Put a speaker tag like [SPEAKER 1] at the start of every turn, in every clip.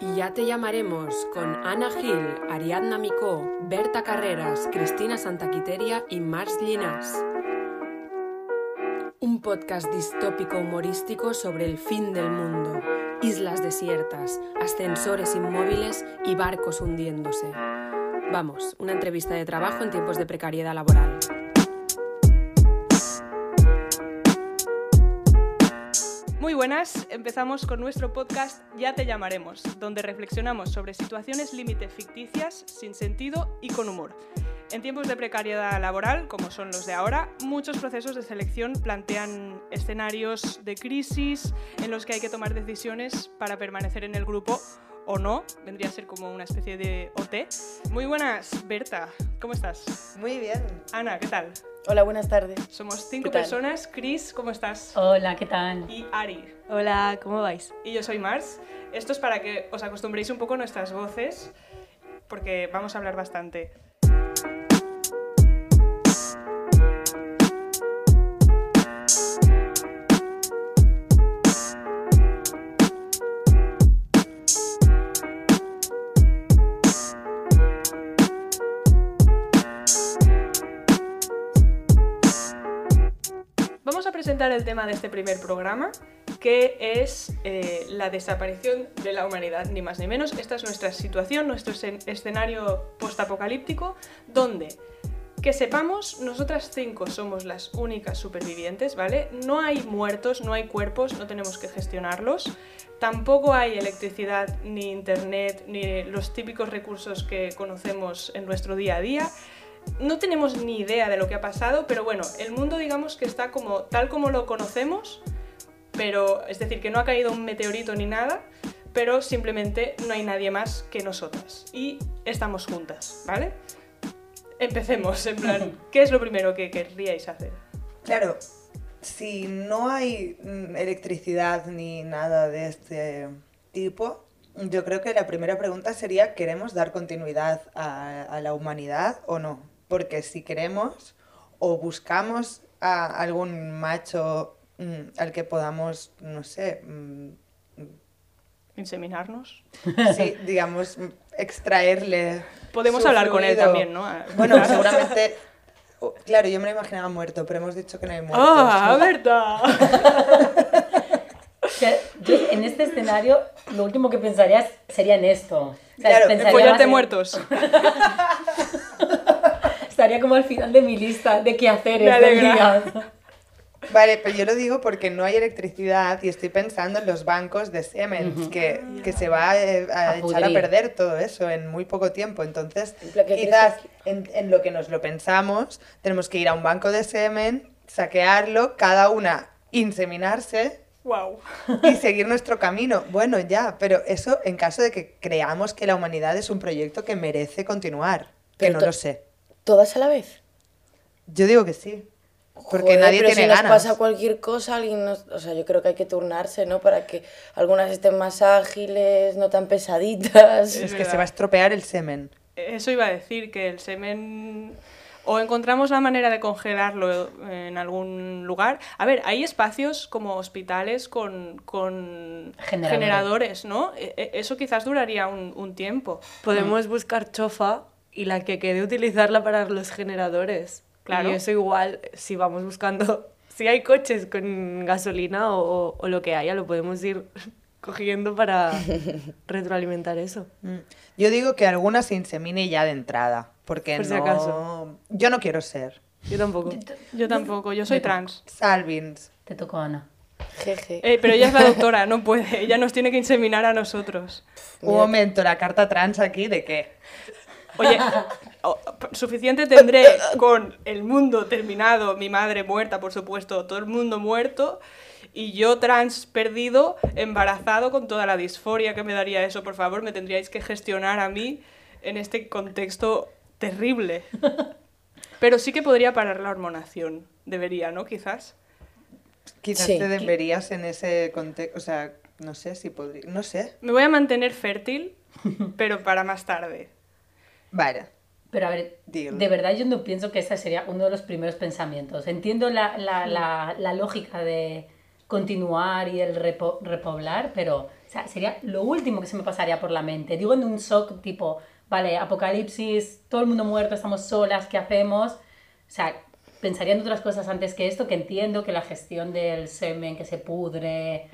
[SPEAKER 1] Y ya te llamaremos con Ana Gil, Ariadna Micó, Berta Carreras, Cristina Santaquiteria y Mars Llinas. Un podcast distópico humorístico sobre el fin del mundo, islas desiertas, ascensores inmóviles y barcos hundiéndose. Vamos, una entrevista de trabajo en tiempos de precariedad laboral.
[SPEAKER 2] Muy buenas, empezamos con nuestro podcast Ya te llamaremos, donde reflexionamos sobre situaciones límite ficticias, sin sentido y con humor. En tiempos de precariedad laboral, como son los de ahora, muchos procesos de selección plantean escenarios de crisis en los que hay que tomar decisiones para permanecer en el grupo o no, vendría a ser como una especie de OT. Muy buenas, Berta, ¿cómo estás?
[SPEAKER 3] Muy bien.
[SPEAKER 2] Ana, ¿qué tal?
[SPEAKER 3] Hola, buenas tardes.
[SPEAKER 2] Somos cinco
[SPEAKER 3] ¿Qué tal?
[SPEAKER 2] personas. Chris, ¿cómo estás?
[SPEAKER 4] Hola, ¿qué tal?
[SPEAKER 2] Y Ari.
[SPEAKER 5] Hola, ¿cómo vais?
[SPEAKER 2] y yo soy Mars. Esto es para que os acostumbréis un poco a nuestras voces, porque vamos a hablar bastante. Vamos a presentar el tema de este primer programa, que es eh, la desaparición de la humanidad, ni más ni menos. Esta es nuestra situación, nuestro escen- escenario postapocalíptico, donde, que sepamos, nosotras cinco somos las únicas supervivientes, ¿vale? No hay muertos, no hay cuerpos, no tenemos que gestionarlos. Tampoco hay electricidad, ni internet, ni los típicos recursos que conocemos en nuestro día a día. No tenemos ni idea de lo que ha pasado, pero bueno, el mundo digamos que está como tal como lo conocemos, pero es decir, que no ha caído un meteorito ni nada, pero simplemente no hay nadie más que nosotras y estamos juntas, ¿vale? Empecemos, en plan, ¿qué es lo primero que querríais hacer?
[SPEAKER 3] Claro, si no hay mm, electricidad ni nada de este tipo, yo creo que la primera pregunta sería, ¿queremos dar continuidad a, a la humanidad o no? Porque si queremos o buscamos a algún macho mm, al que podamos, no sé, mm,
[SPEAKER 2] Inseminarnos.
[SPEAKER 3] sí, digamos, mm, extraerle.
[SPEAKER 2] Podemos
[SPEAKER 3] su
[SPEAKER 2] hablar con él
[SPEAKER 3] fluido.
[SPEAKER 2] también, ¿no? Ah,
[SPEAKER 3] Bueno,
[SPEAKER 2] claro.
[SPEAKER 3] seguramente. Oh, Claro, yo me lo imaginaba muerto, pero hemos dicho que no hay muertos.
[SPEAKER 2] ¡Ah, verdad!
[SPEAKER 4] Que Yo en este escenario, lo último que pensaría sería en esto. O sea,
[SPEAKER 3] Claro,
[SPEAKER 4] pensaría más
[SPEAKER 2] Follarte
[SPEAKER 4] en-
[SPEAKER 2] muertos.
[SPEAKER 4] Estaría como al final de mi lista de qué hacer.
[SPEAKER 2] Me
[SPEAKER 4] estos
[SPEAKER 2] alegra.
[SPEAKER 4] días.
[SPEAKER 3] Vale, pero yo lo digo porque no hay electricidad y estoy pensando en los bancos de Siemens, que, que se va eh, a,
[SPEAKER 4] A
[SPEAKER 3] echar a
[SPEAKER 4] pudrir.
[SPEAKER 3] perder todo eso en muy poco tiempo. Entonces,
[SPEAKER 4] Lo que
[SPEAKER 3] quizás en, en lo que nos lo pensamos, tenemos que ir a un banco de Siemens, saquearlo, cada una inseminarse
[SPEAKER 2] ¡Wow!
[SPEAKER 3] y seguir nuestro camino. Bueno, ya, pero eso en caso de que creamos que la humanidad es un proyecto que merece continuar, que
[SPEAKER 6] Pero
[SPEAKER 3] no
[SPEAKER 6] to-
[SPEAKER 3] lo sé.
[SPEAKER 6] ¿Todas a la vez?
[SPEAKER 3] Yo digo que sí, porque
[SPEAKER 6] Joder,
[SPEAKER 3] nadie
[SPEAKER 6] pero
[SPEAKER 3] tiene
[SPEAKER 6] si
[SPEAKER 3] ganas.
[SPEAKER 6] nos pasa cualquier cosa, alguien nos... O sea, yo creo que hay que turnarse, ¿no? Para que algunas estén más ágiles, no tan pesaditas.
[SPEAKER 2] Sí.
[SPEAKER 3] Es
[SPEAKER 2] Es
[SPEAKER 3] que se
[SPEAKER 2] verdad.
[SPEAKER 3] va a estropear el semen.
[SPEAKER 2] Eso iba a decir, que el semen... O encontramos la manera de congelarlo en algún lugar. A ver, hay espacios como hospitales con, con
[SPEAKER 4] Generadores.
[SPEAKER 2] generadores, ¿no? E- e- Eso quizás duraría un, un tiempo.
[SPEAKER 5] Podemos buscar chofa y la que quede utilizarla para los generadores.
[SPEAKER 2] Claro.
[SPEAKER 5] Y eso igual, si vamos buscando, si hay coches con gasolina o, o lo que haya, lo podemos ir cogiendo para retroalimentar eso.
[SPEAKER 3] Mm. Yo digo que alguna se insemine ya de entrada, porque
[SPEAKER 5] Por si
[SPEAKER 3] no...
[SPEAKER 5] acaso.
[SPEAKER 3] Yo no quiero ser.
[SPEAKER 5] Yo tampoco.
[SPEAKER 2] Yo tampoco, yo soy trans.
[SPEAKER 3] Salvins.
[SPEAKER 4] Te tocó, Ana.
[SPEAKER 6] Jeje.
[SPEAKER 2] Eh, pero ella es la doctora, no puede. Ella nos tiene que inseminar a nosotros.
[SPEAKER 3] Un momento, la carta trans aquí, ¿de qué?
[SPEAKER 2] Oye, o- suficiente tendré con el mundo terminado, mi madre muerta, por supuesto, todo el mundo muerto, y yo trans perdido, embarazado, con toda la disforia que me daría eso, por favor, me tendríais que gestionar a mí en este contexto terrible. Pero sí que podría parar la hormonación, debería, ¿no? Quizás.
[SPEAKER 3] Quizás
[SPEAKER 6] Sí.
[SPEAKER 3] te deberías en ese contexto, o sea, no sé si podría... No sé.
[SPEAKER 2] Me voy a mantener fértil, pero para más tarde.
[SPEAKER 3] Vale.
[SPEAKER 4] Pero a ver,
[SPEAKER 3] Dilo.
[SPEAKER 4] de verdad yo no pienso que ese sería uno de los primeros pensamientos. Entiendo la, la- la- la lógica de continuar y el repo- repoblar, pero O sea, sería lo último que se me pasaría por la mente. Digo en un shock tipo, vale, apocalipsis, todo el mundo muerto, estamos solas, ¿qué hacemos? O sea, pensaría en otras cosas antes que esto, que entiendo que la gestión del semen que se pudre.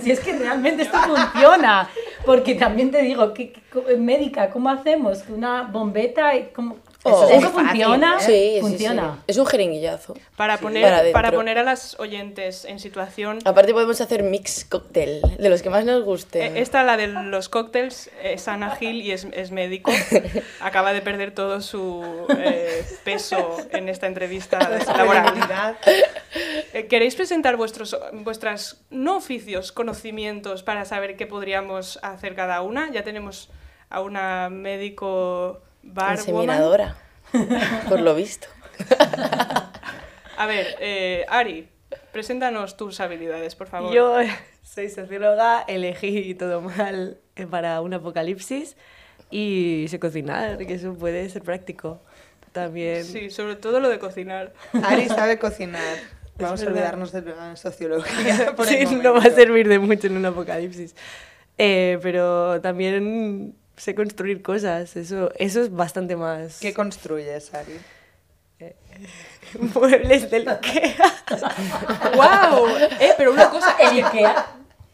[SPEAKER 4] Si es que realmente esto funciona, porque también te digo, que, médica, ¿cómo hacemos? ¿Una bombeta? y ¿Cómo?
[SPEAKER 6] Eso
[SPEAKER 4] ¿Eso,
[SPEAKER 6] es muy
[SPEAKER 3] fácil,
[SPEAKER 4] funciona?
[SPEAKER 3] ¿eh?
[SPEAKER 6] Sí, sí,
[SPEAKER 4] funciona.
[SPEAKER 6] sí. Es un jeringuillazo.
[SPEAKER 2] Para, poner,
[SPEAKER 6] para
[SPEAKER 2] para,
[SPEAKER 6] adentro.
[SPEAKER 2] poner a las oyentes en situación.
[SPEAKER 6] Aparte podemos hacer mix cóctel, de los que más nos
[SPEAKER 2] eh,
[SPEAKER 6] gusten.
[SPEAKER 2] Esta, la de los cócteles, es Ana Gil y es, es médico. Acaba de perder todo su eh, peso en esta entrevista laboral.
[SPEAKER 3] Credibilidad.
[SPEAKER 2] Eh, ¿Queréis presentar vuestros, vuestras, no oficios, conocimientos para saber qué podríamos hacer cada una? Ya tenemos a una médico bar. woman.
[SPEAKER 6] Inseminadora, por lo visto.
[SPEAKER 2] A ver, eh, Ari, preséntanos tus habilidades, por favor.
[SPEAKER 5] Yo soy socióloga, elegí todo mal eh, para un apocalipsis y sé cocinar, que eso puede ser práctico también.
[SPEAKER 2] Sí, sobre todo lo de cocinar.
[SPEAKER 3] Ari sabe cocinar. Vamos a
[SPEAKER 5] verdad.
[SPEAKER 3] olvidarnos de la sociología. Por
[SPEAKER 5] Sí,
[SPEAKER 3] el
[SPEAKER 5] no va a
[SPEAKER 3] momento.
[SPEAKER 5] servir de mucho en un apocalipsis. Eh, pero también sé construir cosas, eso, eso es bastante más.
[SPEAKER 3] ¿Qué construyes,
[SPEAKER 6] Eh,
[SPEAKER 3] Ari?
[SPEAKER 5] muebles del IKEA.
[SPEAKER 2] ¡Wow! Eh, pero una cosa, es
[SPEAKER 4] El
[SPEAKER 2] que
[SPEAKER 4] Ikea,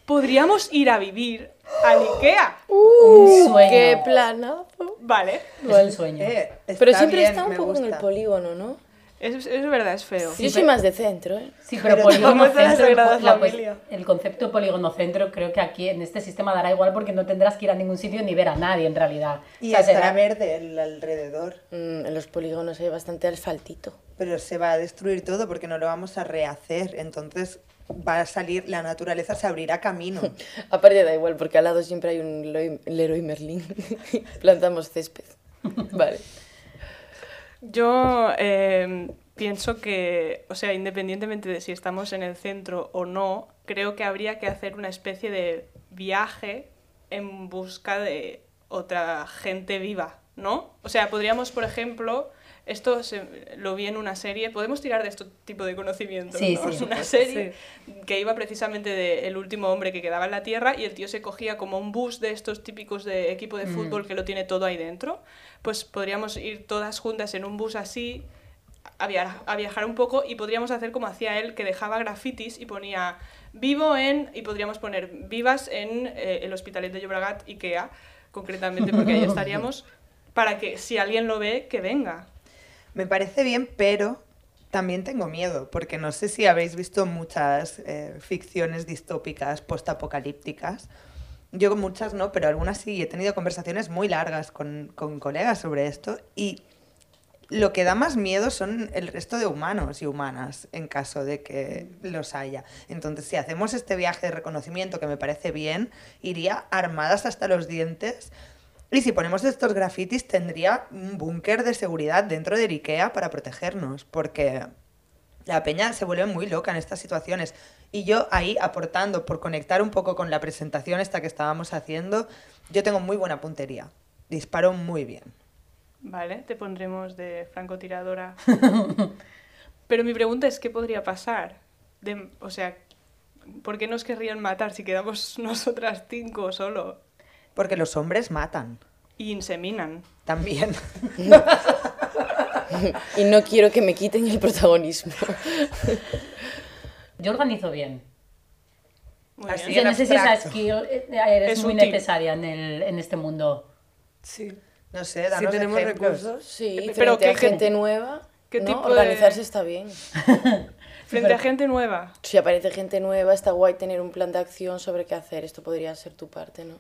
[SPEAKER 2] podríamos ir a vivir al IKEA.
[SPEAKER 4] un sueño.
[SPEAKER 6] ¡Qué planazo!
[SPEAKER 2] Vale,
[SPEAKER 4] Es un sueño.
[SPEAKER 3] Eh,
[SPEAKER 6] Pero siempre
[SPEAKER 3] bien,
[SPEAKER 6] está un
[SPEAKER 3] me
[SPEAKER 6] poco en el
[SPEAKER 3] gusta.
[SPEAKER 6] polígono, ¿no?
[SPEAKER 2] es, es verdad, es feo.
[SPEAKER 6] Yo soy más de centro, ¿eh?
[SPEAKER 4] Sí, pero,
[SPEAKER 3] Pero
[SPEAKER 4] polígono
[SPEAKER 5] vamos a la
[SPEAKER 4] centro,
[SPEAKER 5] Sagrada
[SPEAKER 4] la cues-
[SPEAKER 5] Familia.
[SPEAKER 4] el concepto polígono centro creo que aquí en este sistema dará igual porque no tendrás que ir a ningún sitio ni ver a nadie en realidad. O
[SPEAKER 3] Y
[SPEAKER 4] sea,
[SPEAKER 3] estará
[SPEAKER 4] será-
[SPEAKER 3] verde el alrededor.
[SPEAKER 6] Mm, en los polígonos hay bastante asfaltito.
[SPEAKER 3] Pero se va a destruir todo porque no lo vamos a rehacer. Entonces va a salir, la naturaleza se abrirá camino.
[SPEAKER 6] Aparte da igual, porque al lado siempre hay un Leroy- Leroy Merlin. Plantamos césped. Vale.
[SPEAKER 2] Yo eh, pienso que, o sea, independientemente de si estamos en el centro o no, creo que habría que hacer una especie de viaje en busca de otra gente viva, ¿no? O sea, podríamos, por ejemplo, esto se- lo vi en una serie, podemos tirar de este tipo de conocimientos,
[SPEAKER 4] Sí,
[SPEAKER 2] ¿no?
[SPEAKER 4] sí.
[SPEAKER 2] Es una serie que iba precisamente del último hombre que quedaba en la tierra y el tío se cogía como un bus de estos típicos de equipo de fútbol que lo tiene todo ahí dentro, pues podríamos ir todas juntas en un bus así a, via- a viajar un poco y podríamos hacer como hacía él, que dejaba grafitis y ponía vivo en, y podríamos poner vivas en eh, el Hospitalet de Llobregat, IKEA, concretamente, porque ahí estaríamos, para que si alguien lo ve, que venga.
[SPEAKER 3] Me parece bien, pero también tengo miedo, porque no sé si habéis visto muchas eh, ficciones distópicas, postapocalípticas. Yo muchas no, pero algunas sí. He tenido conversaciones muy largas con, con colegas sobre esto y lo que da más miedo son el resto de humanos y humanas en caso de que los haya. Entonces, si hacemos este viaje de reconocimiento, que me parece bien, iría armadas hasta los dientes. Y si ponemos estos grafitis, tendría un búnker de seguridad dentro de Ikea para protegernos, porque la peña se vuelve muy loca en estas situaciones. Y yo ahí aportando, por conectar un poco con la presentación esta que estábamos haciendo, yo tengo muy buena puntería. Disparo muy bien.
[SPEAKER 2] Vale, te pondremos de francotiradora. Pero mi pregunta es, ¿qué podría pasar? De- o sea, ¿por qué nos querrían matar si quedamos nosotras cinco solo
[SPEAKER 3] Porque los hombres matan
[SPEAKER 2] y inseminan?
[SPEAKER 3] también.
[SPEAKER 6] Y no quiero que me quiten el protagonismo.
[SPEAKER 4] Yo organizo bien.
[SPEAKER 2] Muy
[SPEAKER 3] Así
[SPEAKER 2] bien.
[SPEAKER 4] Yo
[SPEAKER 3] en
[SPEAKER 4] no sé si esa
[SPEAKER 3] abstracto.
[SPEAKER 4] skill eh, es,
[SPEAKER 2] Es
[SPEAKER 4] muy
[SPEAKER 2] útil.
[SPEAKER 4] necesaria en, el- en este mundo.
[SPEAKER 5] Sí.
[SPEAKER 3] No sé,
[SPEAKER 5] Si
[SPEAKER 3] danos
[SPEAKER 5] tenemos
[SPEAKER 3] ejemplos.
[SPEAKER 5] recursos.
[SPEAKER 6] Sí,
[SPEAKER 2] Eh, pero
[SPEAKER 6] pero
[SPEAKER 2] ¿qué-
[SPEAKER 6] que
[SPEAKER 2] qué-
[SPEAKER 6] gente nueva.
[SPEAKER 2] qué
[SPEAKER 6] ¿no?
[SPEAKER 2] tipo de-
[SPEAKER 6] Organizarse está bien.
[SPEAKER 2] Frente a gente nueva.
[SPEAKER 6] Si aparece gente nueva, está guay tener un plan de acción sobre qué hacer. Esto podría ser tu parte, ¿no?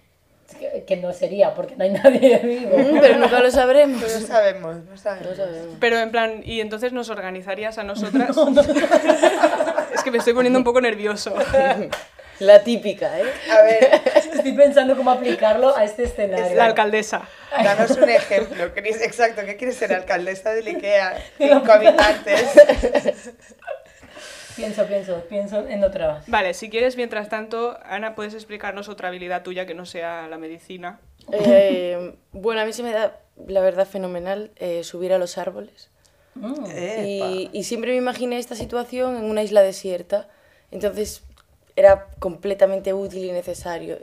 [SPEAKER 4] Es Que, que no sería, porque no hay nadie vivo.
[SPEAKER 6] Mm, Pero nunca lo sabremos.
[SPEAKER 3] No sabemos, no
[SPEAKER 6] No
[SPEAKER 3] sabemos.
[SPEAKER 6] sabemos.
[SPEAKER 2] Pero en plan, ¿y entonces nos organizarías a nosotras? es que me estoy poniendo un poco nervioso.
[SPEAKER 6] La típica, ¿eh?
[SPEAKER 3] A ver,
[SPEAKER 4] Estoy pensando cómo aplicarlo a este escenario.
[SPEAKER 2] La alcaldesa.
[SPEAKER 3] danos un ejemplo, Cris. Exacto, ¿qué quieres ser? Alcaldesa del Ikea, cinco habitantes.
[SPEAKER 4] Pienso, pienso, pienso en otra.
[SPEAKER 2] Vale, si quieres, mientras tanto, Ana, puedes explicarnos otra habilidad tuya que no sea la medicina.
[SPEAKER 6] Eh, bueno, a mí se me da, la verdad, fenomenal eh, subir a los árboles.
[SPEAKER 4] Mm.
[SPEAKER 3] Eh,
[SPEAKER 6] Y, y siempre me imaginé esta situación en una isla desierta. Entonces era completamente útil y necesario.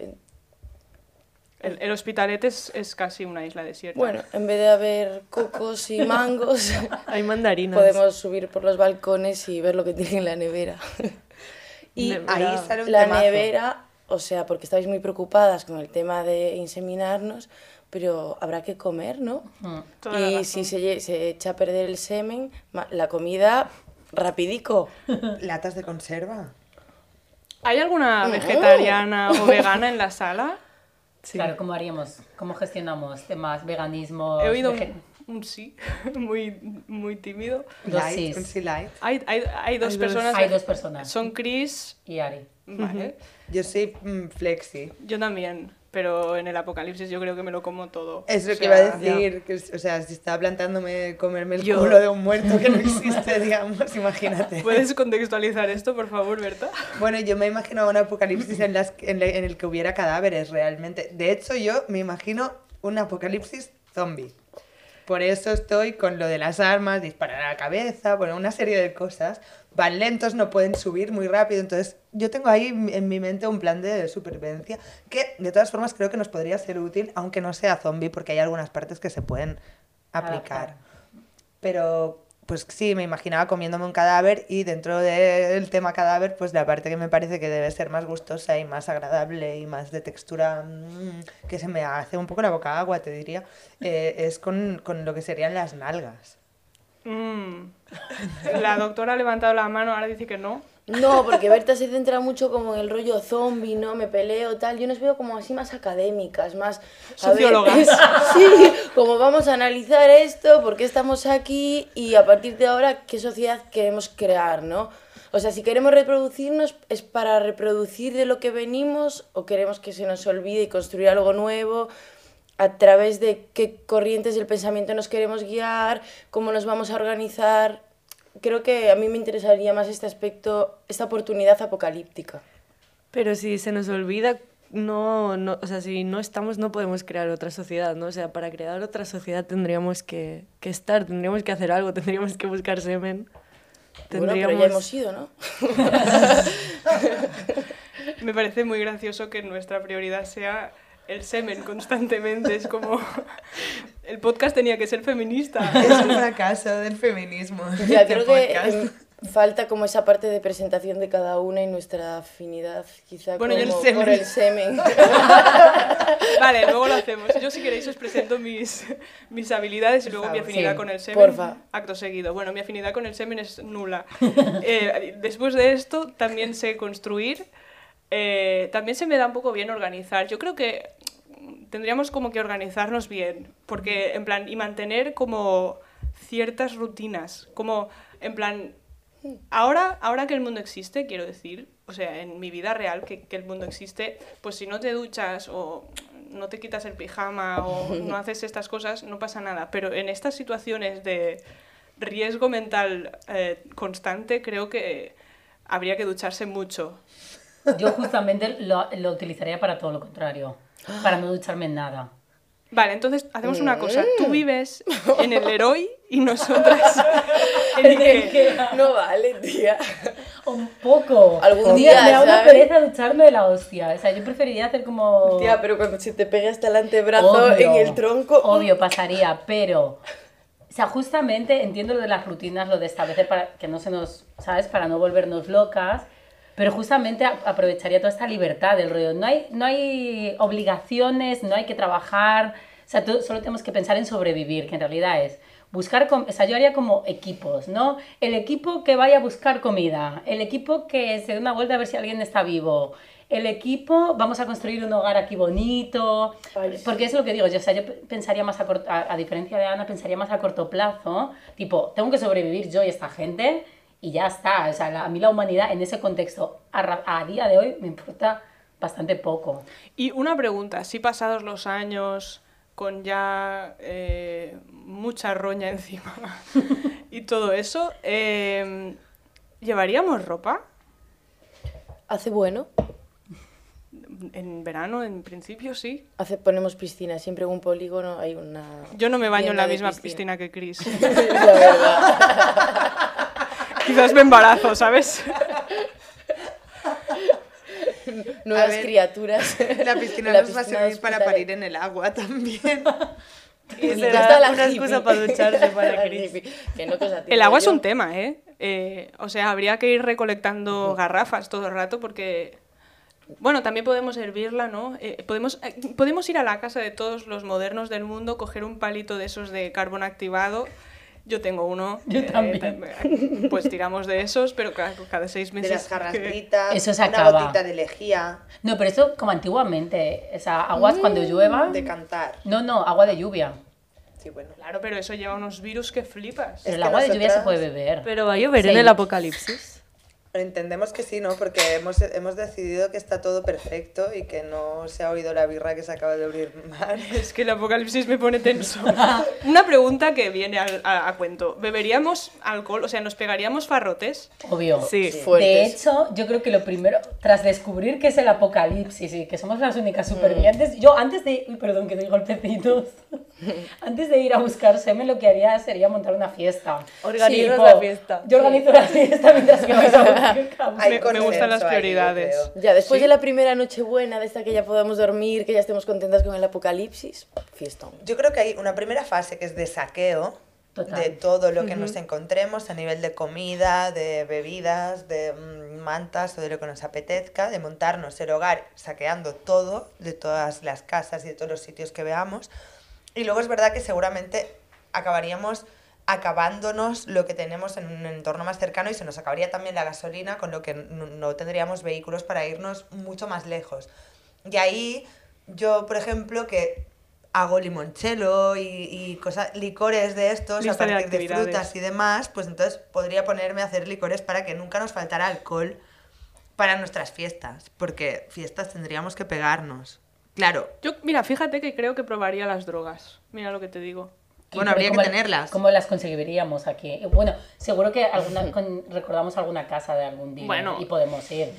[SPEAKER 2] El, el Hospitalet es, es casi una isla desierta.
[SPEAKER 6] Bueno, en vez de haber cocos y mangos,
[SPEAKER 5] Hay mandarinas.
[SPEAKER 6] podemos subir por los balcones y ver lo que tiene en la nevera. y
[SPEAKER 5] Nevera.
[SPEAKER 3] Ahí sale un
[SPEAKER 6] la
[SPEAKER 3] temazo.
[SPEAKER 6] nevera, o sea, porque estáis muy preocupadas con el tema de inseminarnos, pero habrá que comer, ¿no?
[SPEAKER 4] mm.
[SPEAKER 2] Toda la
[SPEAKER 6] y
[SPEAKER 2] razón.
[SPEAKER 6] si se, lle- se echa a perder el semen, ma- la comida, rapidico.
[SPEAKER 3] Latas de conserva.
[SPEAKER 2] ¿Hay alguna
[SPEAKER 3] Mm.
[SPEAKER 2] vegetariana o vegana en la sala?
[SPEAKER 4] Claro, ¿cómo haríamos? ¿Cómo gestionamos temas veganismo?
[SPEAKER 3] Oh,
[SPEAKER 2] He oído un, un sí, muy, muy tímido.
[SPEAKER 4] Dos
[SPEAKER 3] Light,
[SPEAKER 4] sis.
[SPEAKER 3] un sí light.
[SPEAKER 2] Hay, hay- hay dos
[SPEAKER 5] Hay dos.
[SPEAKER 2] personas.
[SPEAKER 4] Hay dos personas.
[SPEAKER 2] Son Chris.
[SPEAKER 4] Y Ari.
[SPEAKER 2] Vale.
[SPEAKER 3] Yo soy mm, flexi.
[SPEAKER 2] Yo también. Pero en el apocalipsis yo creo que me lo como todo.
[SPEAKER 3] Es lo
[SPEAKER 2] O
[SPEAKER 3] que iba
[SPEAKER 2] sea,
[SPEAKER 3] a decir. Que, es- o sea, si estaba plantándome comerme el culo de un muerto que no existe, digamos, imagínate.
[SPEAKER 2] ¿Puedes contextualizar esto, por favor, Berta?
[SPEAKER 3] Bueno, yo me imagino un apocalipsis en, las, en, la- en el que hubiera cadáveres realmente. De hecho, yo me imagino un apocalipsis zombie. Por eso estoy con lo de las armas, disparar a la cabeza, bueno, una serie de cosas. Van lentos, no pueden subir muy rápido. Entonces, yo tengo ahí m- en mi mente un plan de supervivencia que, de todas formas, creo que nos podría ser útil, aunque no sea zombie, porque hay algunas partes que se pueden aplicar.
[SPEAKER 4] Adaptar.
[SPEAKER 3] Pero pues sí, me imaginaba comiéndome un cadáver y dentro del tema cadáver, pues la parte que me parece que debe ser más gustosa y más agradable y más de textura, mm, que se me hace un poco la boca agua, te diría, eh, es con, con lo que serían las nalgas.
[SPEAKER 2] Mm. La doctora ha levantado la mano, ahora dice que no.
[SPEAKER 6] No, porque Berta se centra mucho como en el rollo zombie, ¿no? Me peleo, tal. Yo nos veo como así más académicas, más... a ver,
[SPEAKER 2] Sociólogas.
[SPEAKER 6] es- sí, como vamos a analizar esto, por qué estamos aquí y a partir de ahora qué sociedad queremos crear, ¿no? O sea, si queremos reproducirnos, ¿es para reproducir de lo que venimos o queremos que se nos olvide y construir algo nuevo? ¿A través de qué corrientes del pensamiento nos queremos guiar? ¿Cómo nos vamos a organizar? Creo que a mí me interesaría más este aspecto, esta oportunidad apocalíptica.
[SPEAKER 5] Pero si se nos olvida, no, no, o sea, si no estamos, no podemos crear otra sociedad, ¿no? O sea, para crear otra sociedad tendríamos que, que estar, tendríamos que hacer algo, tendríamos que buscar semen.
[SPEAKER 6] Bueno, pero ya hemos ido, ¿no?
[SPEAKER 2] Me parece muy gracioso que nuestra prioridad sea el semen constantemente. Es como. El podcast tenía que ser feminista.
[SPEAKER 3] Es un fracaso del feminismo.
[SPEAKER 6] Ya,
[SPEAKER 3] este
[SPEAKER 6] creo que
[SPEAKER 3] podcast.
[SPEAKER 6] em, falta como esa parte de presentación de cada una y nuestra afinidad quizá
[SPEAKER 2] Bueno, y el
[SPEAKER 6] como
[SPEAKER 2] semen.
[SPEAKER 6] por el semen.
[SPEAKER 2] Vale, luego lo hacemos. Yo, si queréis, os presento mis, mis habilidades y luego mi afinidad
[SPEAKER 4] Sí,
[SPEAKER 2] con el semen.
[SPEAKER 6] porfa.
[SPEAKER 2] Acto seguido. Bueno, mi afinidad con el semen es nula. Eh, después de esto, también sé construir. Eh, también se me da un poco bien organizar. Yo creo que tendríamos como que organizarnos bien. Porque, en plan, y mantener como ciertas rutinas. Como, en plan, Ahora, ahora que el mundo existe, quiero decir, o sea, en mi vida real, que, que el mundo existe, pues si no te duchas o no te quitas el pijama o no haces estas cosas, no pasa nada. Pero en estas situaciones de riesgo mental eh, constante, creo que habría que ducharse mucho.
[SPEAKER 4] Yo justamente lo, lo utilizaría para todo lo contrario. Para no ducharme en nada.
[SPEAKER 2] Vale, entonces hacemos una cosa. Tú vives en el Heroi y nosotras en Ikea.
[SPEAKER 6] no vale, tía.
[SPEAKER 4] Un poco.
[SPEAKER 6] Algún
[SPEAKER 4] Tía,
[SPEAKER 6] día,
[SPEAKER 4] me da una
[SPEAKER 6] ¿sabes?
[SPEAKER 4] pereza ducharme de la hostia. O sea, yo preferiría hacer como.
[SPEAKER 6] Tía, pero cuando se te pega hasta el antebrazo
[SPEAKER 4] Oh. Obvio,
[SPEAKER 6] en el tronco. uh.
[SPEAKER 4] Obvio, pasaría, pero. O sea, justamente entiendo lo de las rutinas, lo de establecer para que no se nos. ¿Sabes? Para no volvernos locas. Pero justamente a- aprovecharía toda esta libertad del rollo. No hay, no hay obligaciones, no hay que trabajar. O sea, todo- solo tenemos que pensar en sobrevivir, que en realidad es buscar. com- O sea, yo haría como equipos, ¿no? El equipo que vaya a buscar comida, el equipo que se dé una vuelta a ver si alguien está vivo, el equipo, vamos a construir un hogar aquí bonito.
[SPEAKER 6] Ay, sí.
[SPEAKER 4] Porque es lo que digo, yo, o sea, yo pe- pensaría más a corto, a, a diferencia de Ana, pensaría más a corto plazo, tipo, tengo que sobrevivir yo y esta gente y ya está. O sea, la- a mí la humanidad en ese contexto, a, ra- a día de hoy, me importa bastante poco.
[SPEAKER 2] Y una pregunta, si pasados los años, con ya eh, mucha roña encima y todo eso, eh, ¿llevaríamos ropa?
[SPEAKER 6] Hace bueno.
[SPEAKER 2] En verano, en principio, sí.
[SPEAKER 6] Hace, ponemos piscina, siempre en un polígono hay una.
[SPEAKER 2] Yo no me baño en
[SPEAKER 6] tienda
[SPEAKER 2] la
[SPEAKER 6] de
[SPEAKER 2] misma piscina que Chris.
[SPEAKER 6] la verdad.
[SPEAKER 2] Quizás me embarazo, ¿sabes?
[SPEAKER 6] nuevas
[SPEAKER 3] ver,
[SPEAKER 6] criaturas.
[SPEAKER 3] La piscina
[SPEAKER 6] La
[SPEAKER 3] nos va a
[SPEAKER 6] piscina
[SPEAKER 3] servir para
[SPEAKER 6] hospitalaria.
[SPEAKER 3] parir en el agua también.
[SPEAKER 5] Y
[SPEAKER 6] Y
[SPEAKER 5] será
[SPEAKER 6] ya está la
[SPEAKER 5] una
[SPEAKER 6] hippie.
[SPEAKER 5] excusa para ducharse para
[SPEAKER 6] La
[SPEAKER 5] Chris.
[SPEAKER 6] hippie, que no, que os atiende
[SPEAKER 2] El agua es
[SPEAKER 6] yo.
[SPEAKER 2] un tema, ¿eh? Eh, O sea, habría que ir recolectando garrafas todo el rato porque... Bueno, también podemos hervirla, ¿no? Eh, podemos, eh, podemos ir a la casa de todos los modernos del mundo, coger un palito de esos de carbón activado. Yo tengo uno.
[SPEAKER 4] Yo también.
[SPEAKER 2] tam- Pues tiramos de esos, pero ca- cada, seis
[SPEAKER 3] De
[SPEAKER 2] meses.
[SPEAKER 3] las
[SPEAKER 2] que-
[SPEAKER 3] jarrasquitas,
[SPEAKER 4] Eso se
[SPEAKER 3] una
[SPEAKER 4] acaba.
[SPEAKER 3] gotita de lejía,
[SPEAKER 4] No, pero eso como antiguamente, o sea, aguas cuando llueva.
[SPEAKER 3] Mm, de cantar.
[SPEAKER 4] No, no, agua de lluvia.
[SPEAKER 3] Sí, bueno.
[SPEAKER 2] Claro, pero eso lleva unos virus que flipas.
[SPEAKER 4] Pero el
[SPEAKER 3] que
[SPEAKER 4] agua de lluvia se
[SPEAKER 3] nosotras-
[SPEAKER 4] puede beber.
[SPEAKER 5] Pero va a llover en
[SPEAKER 4] Sí.
[SPEAKER 5] el apocalipsis.
[SPEAKER 3] Entendemos que sí, ¿no? Porque hemos, hemos decidido que está todo perfecto y que no se ha oído la birra que se acaba de abrir mal.
[SPEAKER 2] Es que el apocalipsis me pone tenso. Una pregunta que viene al- a, a cuento. ¿Beberíamos alcohol? O sea, ¿nos pegaríamos farrotes?
[SPEAKER 4] Obvio.
[SPEAKER 5] Sí.
[SPEAKER 4] De
[SPEAKER 6] Fuertes.
[SPEAKER 4] hecho, yo creo que lo primero, tras descubrir que es el apocalipsis y que somos las únicas
[SPEAKER 3] Mm.
[SPEAKER 4] supervivientes, yo antes de. Uy, perdón que doy golpecitos. antes de ir a buscar semen, lo que haría sería montar una fiesta.
[SPEAKER 5] Organizas
[SPEAKER 4] Tipo,
[SPEAKER 5] la fiesta.
[SPEAKER 4] Yo organizo la fiesta mientras que vais a
[SPEAKER 3] Hay
[SPEAKER 4] buscar.
[SPEAKER 2] me gustan
[SPEAKER 3] consenso
[SPEAKER 2] las
[SPEAKER 3] ahí, yo
[SPEAKER 2] prioridades.
[SPEAKER 3] creo.
[SPEAKER 6] Ya, después de la primera noche buena, de esta que ya podamos dormir, que ya estemos contentas con el apocalipsis, fiestón.
[SPEAKER 3] Yo creo que hay una primera fase que es de saqueo
[SPEAKER 4] Total.
[SPEAKER 3] de todo lo que nos encontremos a nivel de comida, de bebidas, de mm, mantas o de lo que nos apetezca, de montarnos el hogar saqueando todo, de todas las casas y de todos los sitios que veamos. Y luego es verdad que seguramente acabaríamos acabándonos lo que tenemos en un entorno más cercano y se nos acabaría también la gasolina, con lo que no no tendríamos vehículos para irnos mucho más lejos. Y ahí yo, por ejemplo, que hago limonchelo y, y cosas, licores de estos
[SPEAKER 2] Lista
[SPEAKER 3] a
[SPEAKER 2] de
[SPEAKER 3] partir de,
[SPEAKER 2] actividades.
[SPEAKER 3] frutas y demás, pues entonces podría ponerme a hacer licores para que nunca nos faltara alcohol para nuestras fiestas, porque fiestas tendríamos que pegarnos. Claro,
[SPEAKER 2] Yo, mira, fíjate que creo que probaría las drogas. Mira lo que te digo.
[SPEAKER 3] bueno, habría que
[SPEAKER 4] ¿Cómo-
[SPEAKER 3] tenerlas.
[SPEAKER 4] ¿Cómo las conseguiríamos aquí? Y Bueno, seguro que alguna con- recordamos alguna casa de algún día
[SPEAKER 2] Bueno.
[SPEAKER 4] y podemos ir.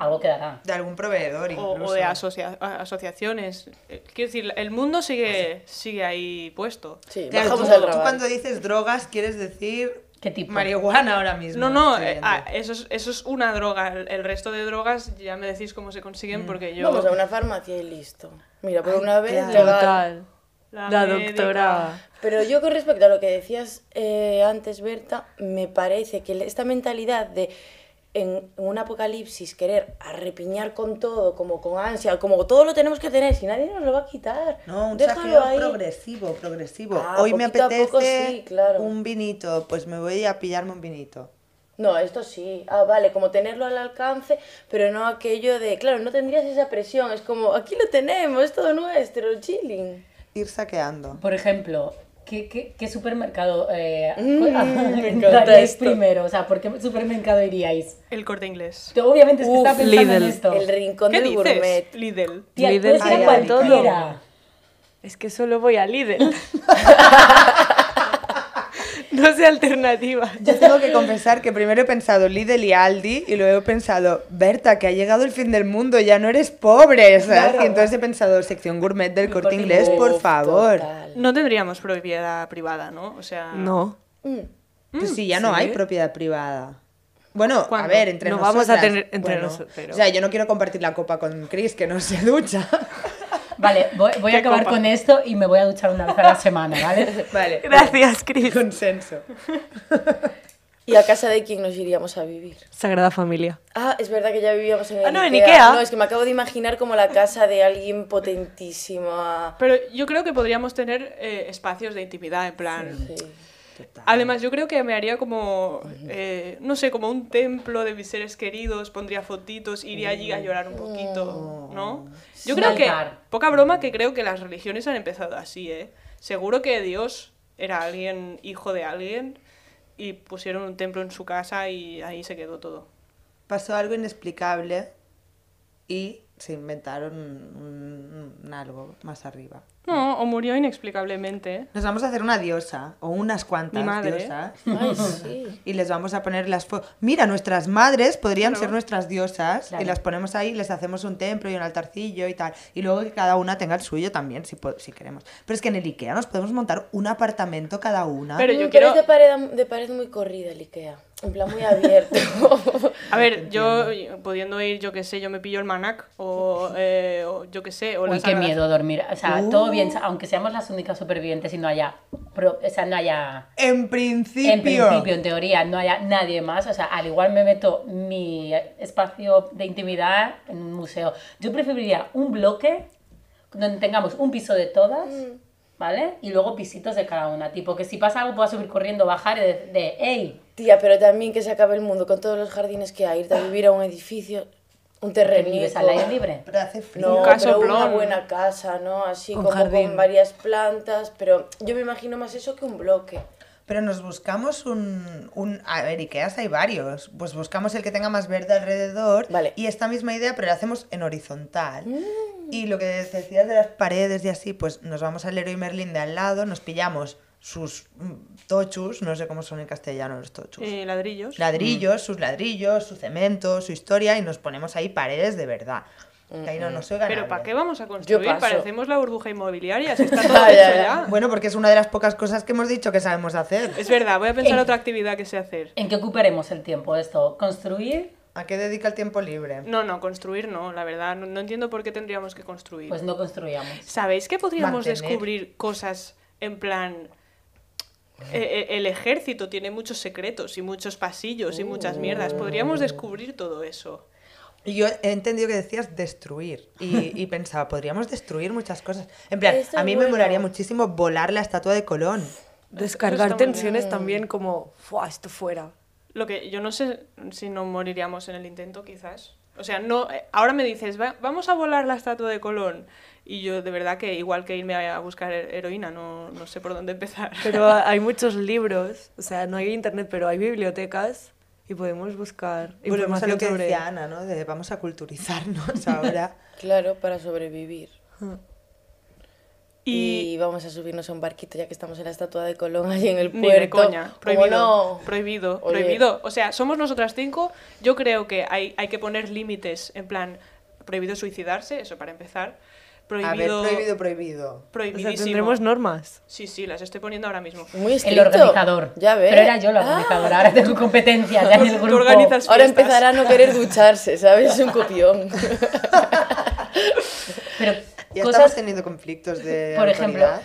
[SPEAKER 4] Algo quedará.
[SPEAKER 3] de algún proveedor
[SPEAKER 2] O, o
[SPEAKER 3] incluso.
[SPEAKER 2] de asocia- a- asociaciones. Eh, Quiero decir, el mundo sigue, sigue ahí puesto.
[SPEAKER 6] Sí,
[SPEAKER 3] Claro,
[SPEAKER 6] bajamos
[SPEAKER 3] tú,
[SPEAKER 6] al
[SPEAKER 3] tú
[SPEAKER 6] rabal.
[SPEAKER 3] cuando dices drogas quieres decir
[SPEAKER 4] ¿Qué tipo?
[SPEAKER 3] marihuana ahora mismo.
[SPEAKER 2] No, no,
[SPEAKER 3] estoy
[SPEAKER 2] eh,
[SPEAKER 3] viendo.
[SPEAKER 2] ah, eso, es, eso es una droga. El, el resto de drogas ya me decís cómo se
[SPEAKER 5] Mm.
[SPEAKER 2] consiguen porque yo...
[SPEAKER 6] Vamos a una farmacia y listo. Mira, por una vez
[SPEAKER 3] claro.
[SPEAKER 6] legal.
[SPEAKER 5] Total.
[SPEAKER 2] La
[SPEAKER 5] La,
[SPEAKER 2] médica.
[SPEAKER 5] doctora.
[SPEAKER 6] Pero yo con respecto a lo que decías eh, antes, Berta, me parece que esta mentalidad de en en un apocalipsis querer arrepiñar con todo, como con ansia, como todo lo tenemos que tener, si nadie nos lo va a quitar,
[SPEAKER 3] No, un
[SPEAKER 6] déjalo
[SPEAKER 3] saqueo
[SPEAKER 6] ahí.
[SPEAKER 3] progresivo, progresivo.
[SPEAKER 6] Ah,
[SPEAKER 3] Hoy me
[SPEAKER 6] poquito a
[SPEAKER 3] apetece
[SPEAKER 6] poco sí, claro.
[SPEAKER 3] un vinito, pues me voy a pillarme un vinito.
[SPEAKER 6] No, esto sí. Ah, vale, como tenerlo al alcance, pero no aquello de, claro, no tendrías esa presión, es como, aquí lo tenemos, es todo nuestro, chilling.
[SPEAKER 3] Ir saqueando.
[SPEAKER 4] Por ejemplo, ¿qué, qué, qué supermercado eh,
[SPEAKER 6] Mm, me encanta
[SPEAKER 4] entraríais
[SPEAKER 6] esto.
[SPEAKER 4] primero? O sea, ¿por qué supermercado iríais?
[SPEAKER 2] El corte inglés.
[SPEAKER 4] Tú, Obviamente es que
[SPEAKER 5] Uf,
[SPEAKER 4] estaba pensando
[SPEAKER 5] Lidl.
[SPEAKER 4] en esto.
[SPEAKER 6] El rincón
[SPEAKER 2] ¿Qué
[SPEAKER 6] del
[SPEAKER 2] dices?
[SPEAKER 6] gourmet.
[SPEAKER 2] Lidl.
[SPEAKER 4] Tía,
[SPEAKER 5] Lidl
[SPEAKER 4] puedes ir a
[SPEAKER 3] hay
[SPEAKER 4] cualquiera.
[SPEAKER 5] todo. Es que solo voy a Lidl. no sé alternativa.
[SPEAKER 3] Yo tengo que confesar que primero he pensado Lidl y Aldi y luego he pensado, Berta, que ha llegado el fin del mundo, ya no eres pobre, ¿sabes?
[SPEAKER 4] Claro.
[SPEAKER 3] Y entonces he pensado, sección gourmet del
[SPEAKER 4] El
[SPEAKER 3] corte
[SPEAKER 4] Corte
[SPEAKER 3] inglés,
[SPEAKER 4] Inglés,
[SPEAKER 3] por
[SPEAKER 6] Uf,
[SPEAKER 3] favor.
[SPEAKER 6] total.
[SPEAKER 2] No tendríamos propiedad privada, ¿no? O sea...
[SPEAKER 5] No.
[SPEAKER 6] Mm.
[SPEAKER 3] Pues sí, ya no
[SPEAKER 5] sí.
[SPEAKER 3] hay propiedad privada. Bueno, a
[SPEAKER 2] ¿Cuándo?
[SPEAKER 3] ver, entre
[SPEAKER 5] No
[SPEAKER 3] nosotras.
[SPEAKER 5] vamos a tener- entre
[SPEAKER 3] bueno,
[SPEAKER 5] noso- pero-
[SPEAKER 3] O sea, yo no quiero compartir la copa con Chris, que no se ducha.
[SPEAKER 4] Vale, voy, voy a
[SPEAKER 2] Qué
[SPEAKER 4] acabar
[SPEAKER 2] copa.
[SPEAKER 4] con esto y me voy a duchar una vez a la semana, ¿vale?
[SPEAKER 3] vale.
[SPEAKER 5] Gracias, Cris.
[SPEAKER 3] Consenso.
[SPEAKER 6] ¿Y a casa de quién nos iríamos a vivir?
[SPEAKER 5] Sagrada Familia.
[SPEAKER 6] Ah, es verdad que ya vivíamos en
[SPEAKER 5] Ah, no, en Ikea.
[SPEAKER 6] No, es que me acabo de imaginar como la casa de alguien Ah, potentísima.
[SPEAKER 2] Pero yo creo que podríamos tener eh, espacios de intimidad, en plan...
[SPEAKER 6] Sí.
[SPEAKER 2] Además, yo creo que me haría como, eh, no sé, como un templo de mis seres queridos, pondría fotitos, iría allí a llorar un poquito, ¿no? Yo
[SPEAKER 4] Sí.
[SPEAKER 2] creo que,
[SPEAKER 4] Altar.
[SPEAKER 2] poca broma, que creo que las religiones han empezado así, ¿eh? Seguro que Dios era alguien, hijo de alguien, y pusieron un templo en su casa y ahí se quedó todo.
[SPEAKER 3] Pasó algo inexplicable y se inventaron un- un- un algo más arriba.
[SPEAKER 2] No, o murió inexplicablemente. ¿eh?
[SPEAKER 3] Nos vamos a hacer una diosa, o unas cuantas
[SPEAKER 2] Mi madre.
[SPEAKER 3] diosas.
[SPEAKER 6] Ay, sí.
[SPEAKER 3] Y les vamos a poner las fotos. Mira, nuestras madres podrían
[SPEAKER 2] Claro.
[SPEAKER 3] ser nuestras diosas.
[SPEAKER 4] Claro.
[SPEAKER 3] Y las ponemos ahí, les hacemos un templo y un altarcillo y tal. Y luego que cada una tenga el suyo también, si, po- si queremos. Pero es que en el Ikea nos podemos montar un apartamento cada una.
[SPEAKER 2] Pero
[SPEAKER 6] Mm,
[SPEAKER 2] yo quiero...
[SPEAKER 6] es de pared, de pared muy corrida el Ikea. en plan muy abierto.
[SPEAKER 2] A ver, yo pudiendo ir, yo qué sé, yo me pillo el manac o, eh, o yo qué sé, o la
[SPEAKER 4] Uy, qué
[SPEAKER 2] Sagrada-
[SPEAKER 4] miedo dormir. O sea, todo bien,
[SPEAKER 6] Uh.
[SPEAKER 4] aunque seamos las únicas supervivientes y no haya. pro- o sea, no haya.
[SPEAKER 3] En principio.
[SPEAKER 4] En principio, en teoría, no haya nadie más. O sea, al igual me meto mi espacio de intimidad en un museo. Yo preferiría un bloque donde tengamos un piso de todas, ¿vale? Y luego pisitos de cada una. Tipo, que si pasa algo pueda subir corriendo, bajar y de, de ¡Ey!
[SPEAKER 6] Tía, pero también que se acabe el mundo con todos los jardines que hay, irte a vivir a un edificio, un
[SPEAKER 4] que
[SPEAKER 6] terreno.
[SPEAKER 4] vives al aire libre.
[SPEAKER 3] Pero hace frío.
[SPEAKER 6] No,
[SPEAKER 2] Un
[SPEAKER 6] pero una
[SPEAKER 2] casoplón.
[SPEAKER 6] buena casa, ¿no? Así
[SPEAKER 5] Con
[SPEAKER 6] como
[SPEAKER 5] jardín.
[SPEAKER 6] con varias plantas, pero yo me imagino más eso que un bloque.
[SPEAKER 3] Pero nos buscamos un, un... A ver, Ikeas hay varios. Pues buscamos el que tenga más verde alrededor.
[SPEAKER 6] Vale.
[SPEAKER 3] Y esta misma idea, pero la hacemos en horizontal. Y lo que decías de las paredes y así, pues nos vamos al Leroy Merlin de al lado, nos pillamos sus mm, tochus, no sé cómo son en castellano los tochus.
[SPEAKER 2] eh, mm. ladrillos.
[SPEAKER 3] Ladrillos, sus ladrillos, su cemento, su historia, y nos ponemos ahí paredes de verdad. Que ahí no nos oiga
[SPEAKER 2] Pero
[SPEAKER 3] nadie.
[SPEAKER 2] ¿para qué vamos a construir?
[SPEAKER 6] paso.
[SPEAKER 2] Parecemos la burbuja inmobiliaria, si está todo
[SPEAKER 6] Ya,
[SPEAKER 2] hecho
[SPEAKER 6] ya,
[SPEAKER 2] ya.
[SPEAKER 3] Bueno, porque es una de las pocas cosas que hemos dicho que sabemos hacer.
[SPEAKER 2] Es verdad, voy a pensar
[SPEAKER 4] Eh.
[SPEAKER 2] otra actividad que sé hacer.
[SPEAKER 4] ¿En qué ocuparemos el tiempo esto? ¿Construir?
[SPEAKER 3] ¿A qué dedica el tiempo libre?
[SPEAKER 2] No, no, construir no, la verdad. No, no entiendo por qué tendríamos que construir.
[SPEAKER 4] Pues no construyamos.
[SPEAKER 2] ¿Sabéis que podríamos
[SPEAKER 3] Mantener.
[SPEAKER 2] descubrir cosas en plan... eh, eh, el ejército tiene muchos secretos y muchos pasillos y muchas mierdas. Podríamos descubrir todo eso.
[SPEAKER 3] Y yo he entendido que decías destruir. Y, y pensaba, podríamos destruir muchas cosas. En plan,
[SPEAKER 6] Esto
[SPEAKER 3] a
[SPEAKER 6] es
[SPEAKER 3] mí me
[SPEAKER 6] bueno.
[SPEAKER 3] molaría muchísimo volar la estatua de Colón.
[SPEAKER 2] Eso
[SPEAKER 5] Descargar
[SPEAKER 2] está muy
[SPEAKER 5] tensiones también como, ¡fua, esto fuera!
[SPEAKER 2] Lo que yo no sé si no moriríamos en el intento, quizás. O sea, no. eh, Ahora me dices, "Va- vamos a volar la estatua de Colón. Y yo, de verdad, que igual que irme a buscar he- heroína, no, no sé por dónde empezar.
[SPEAKER 5] Pero ha- hay muchos libros, o sea, no hay internet, pero hay bibliotecas y podemos buscar
[SPEAKER 3] Volvemos a
[SPEAKER 5] información
[SPEAKER 3] lo que
[SPEAKER 5] sobre...
[SPEAKER 3] decía Ana, ¿no? De vamos a culturizarnos ahora.
[SPEAKER 6] Claro, para sobrevivir.
[SPEAKER 2] Y.
[SPEAKER 6] Y... vamos a subirnos a un barquito ya que estamos en la estatua de Colón ahí en el puerto.
[SPEAKER 2] Ni de coña,
[SPEAKER 6] ¿Cómo
[SPEAKER 2] prohibido,
[SPEAKER 6] no?
[SPEAKER 2] prohibido,
[SPEAKER 6] Oye.
[SPEAKER 2] prohibido. O sea, somos nosotras cinco, yo creo que hay, hay que poner límites, en plan, prohibido suicidarse, eso para empezar,
[SPEAKER 3] A ver,
[SPEAKER 2] prohibido...
[SPEAKER 3] prohibido, prohibido.
[SPEAKER 5] O sea,
[SPEAKER 2] prohibidísimo.
[SPEAKER 5] tendremos normas.
[SPEAKER 2] Sí, sí, las estoy poniendo ahora mismo.
[SPEAKER 6] Muy
[SPEAKER 4] El
[SPEAKER 6] estricto.
[SPEAKER 4] organizador.
[SPEAKER 6] Ya ves. Ah.
[SPEAKER 4] Pero era yo la organizadora, ahora tengo competencia ya en el
[SPEAKER 2] Tú
[SPEAKER 4] grupo.
[SPEAKER 2] organizas
[SPEAKER 6] Ahora
[SPEAKER 2] fiestas.
[SPEAKER 6] empezará a no querer ducharse, ¿sabes? Es un copión.
[SPEAKER 4] Pero
[SPEAKER 3] Ya estamos
[SPEAKER 4] cosas,
[SPEAKER 3] teniendo conflictos de.
[SPEAKER 4] por ejemplo,
[SPEAKER 3] autoridad.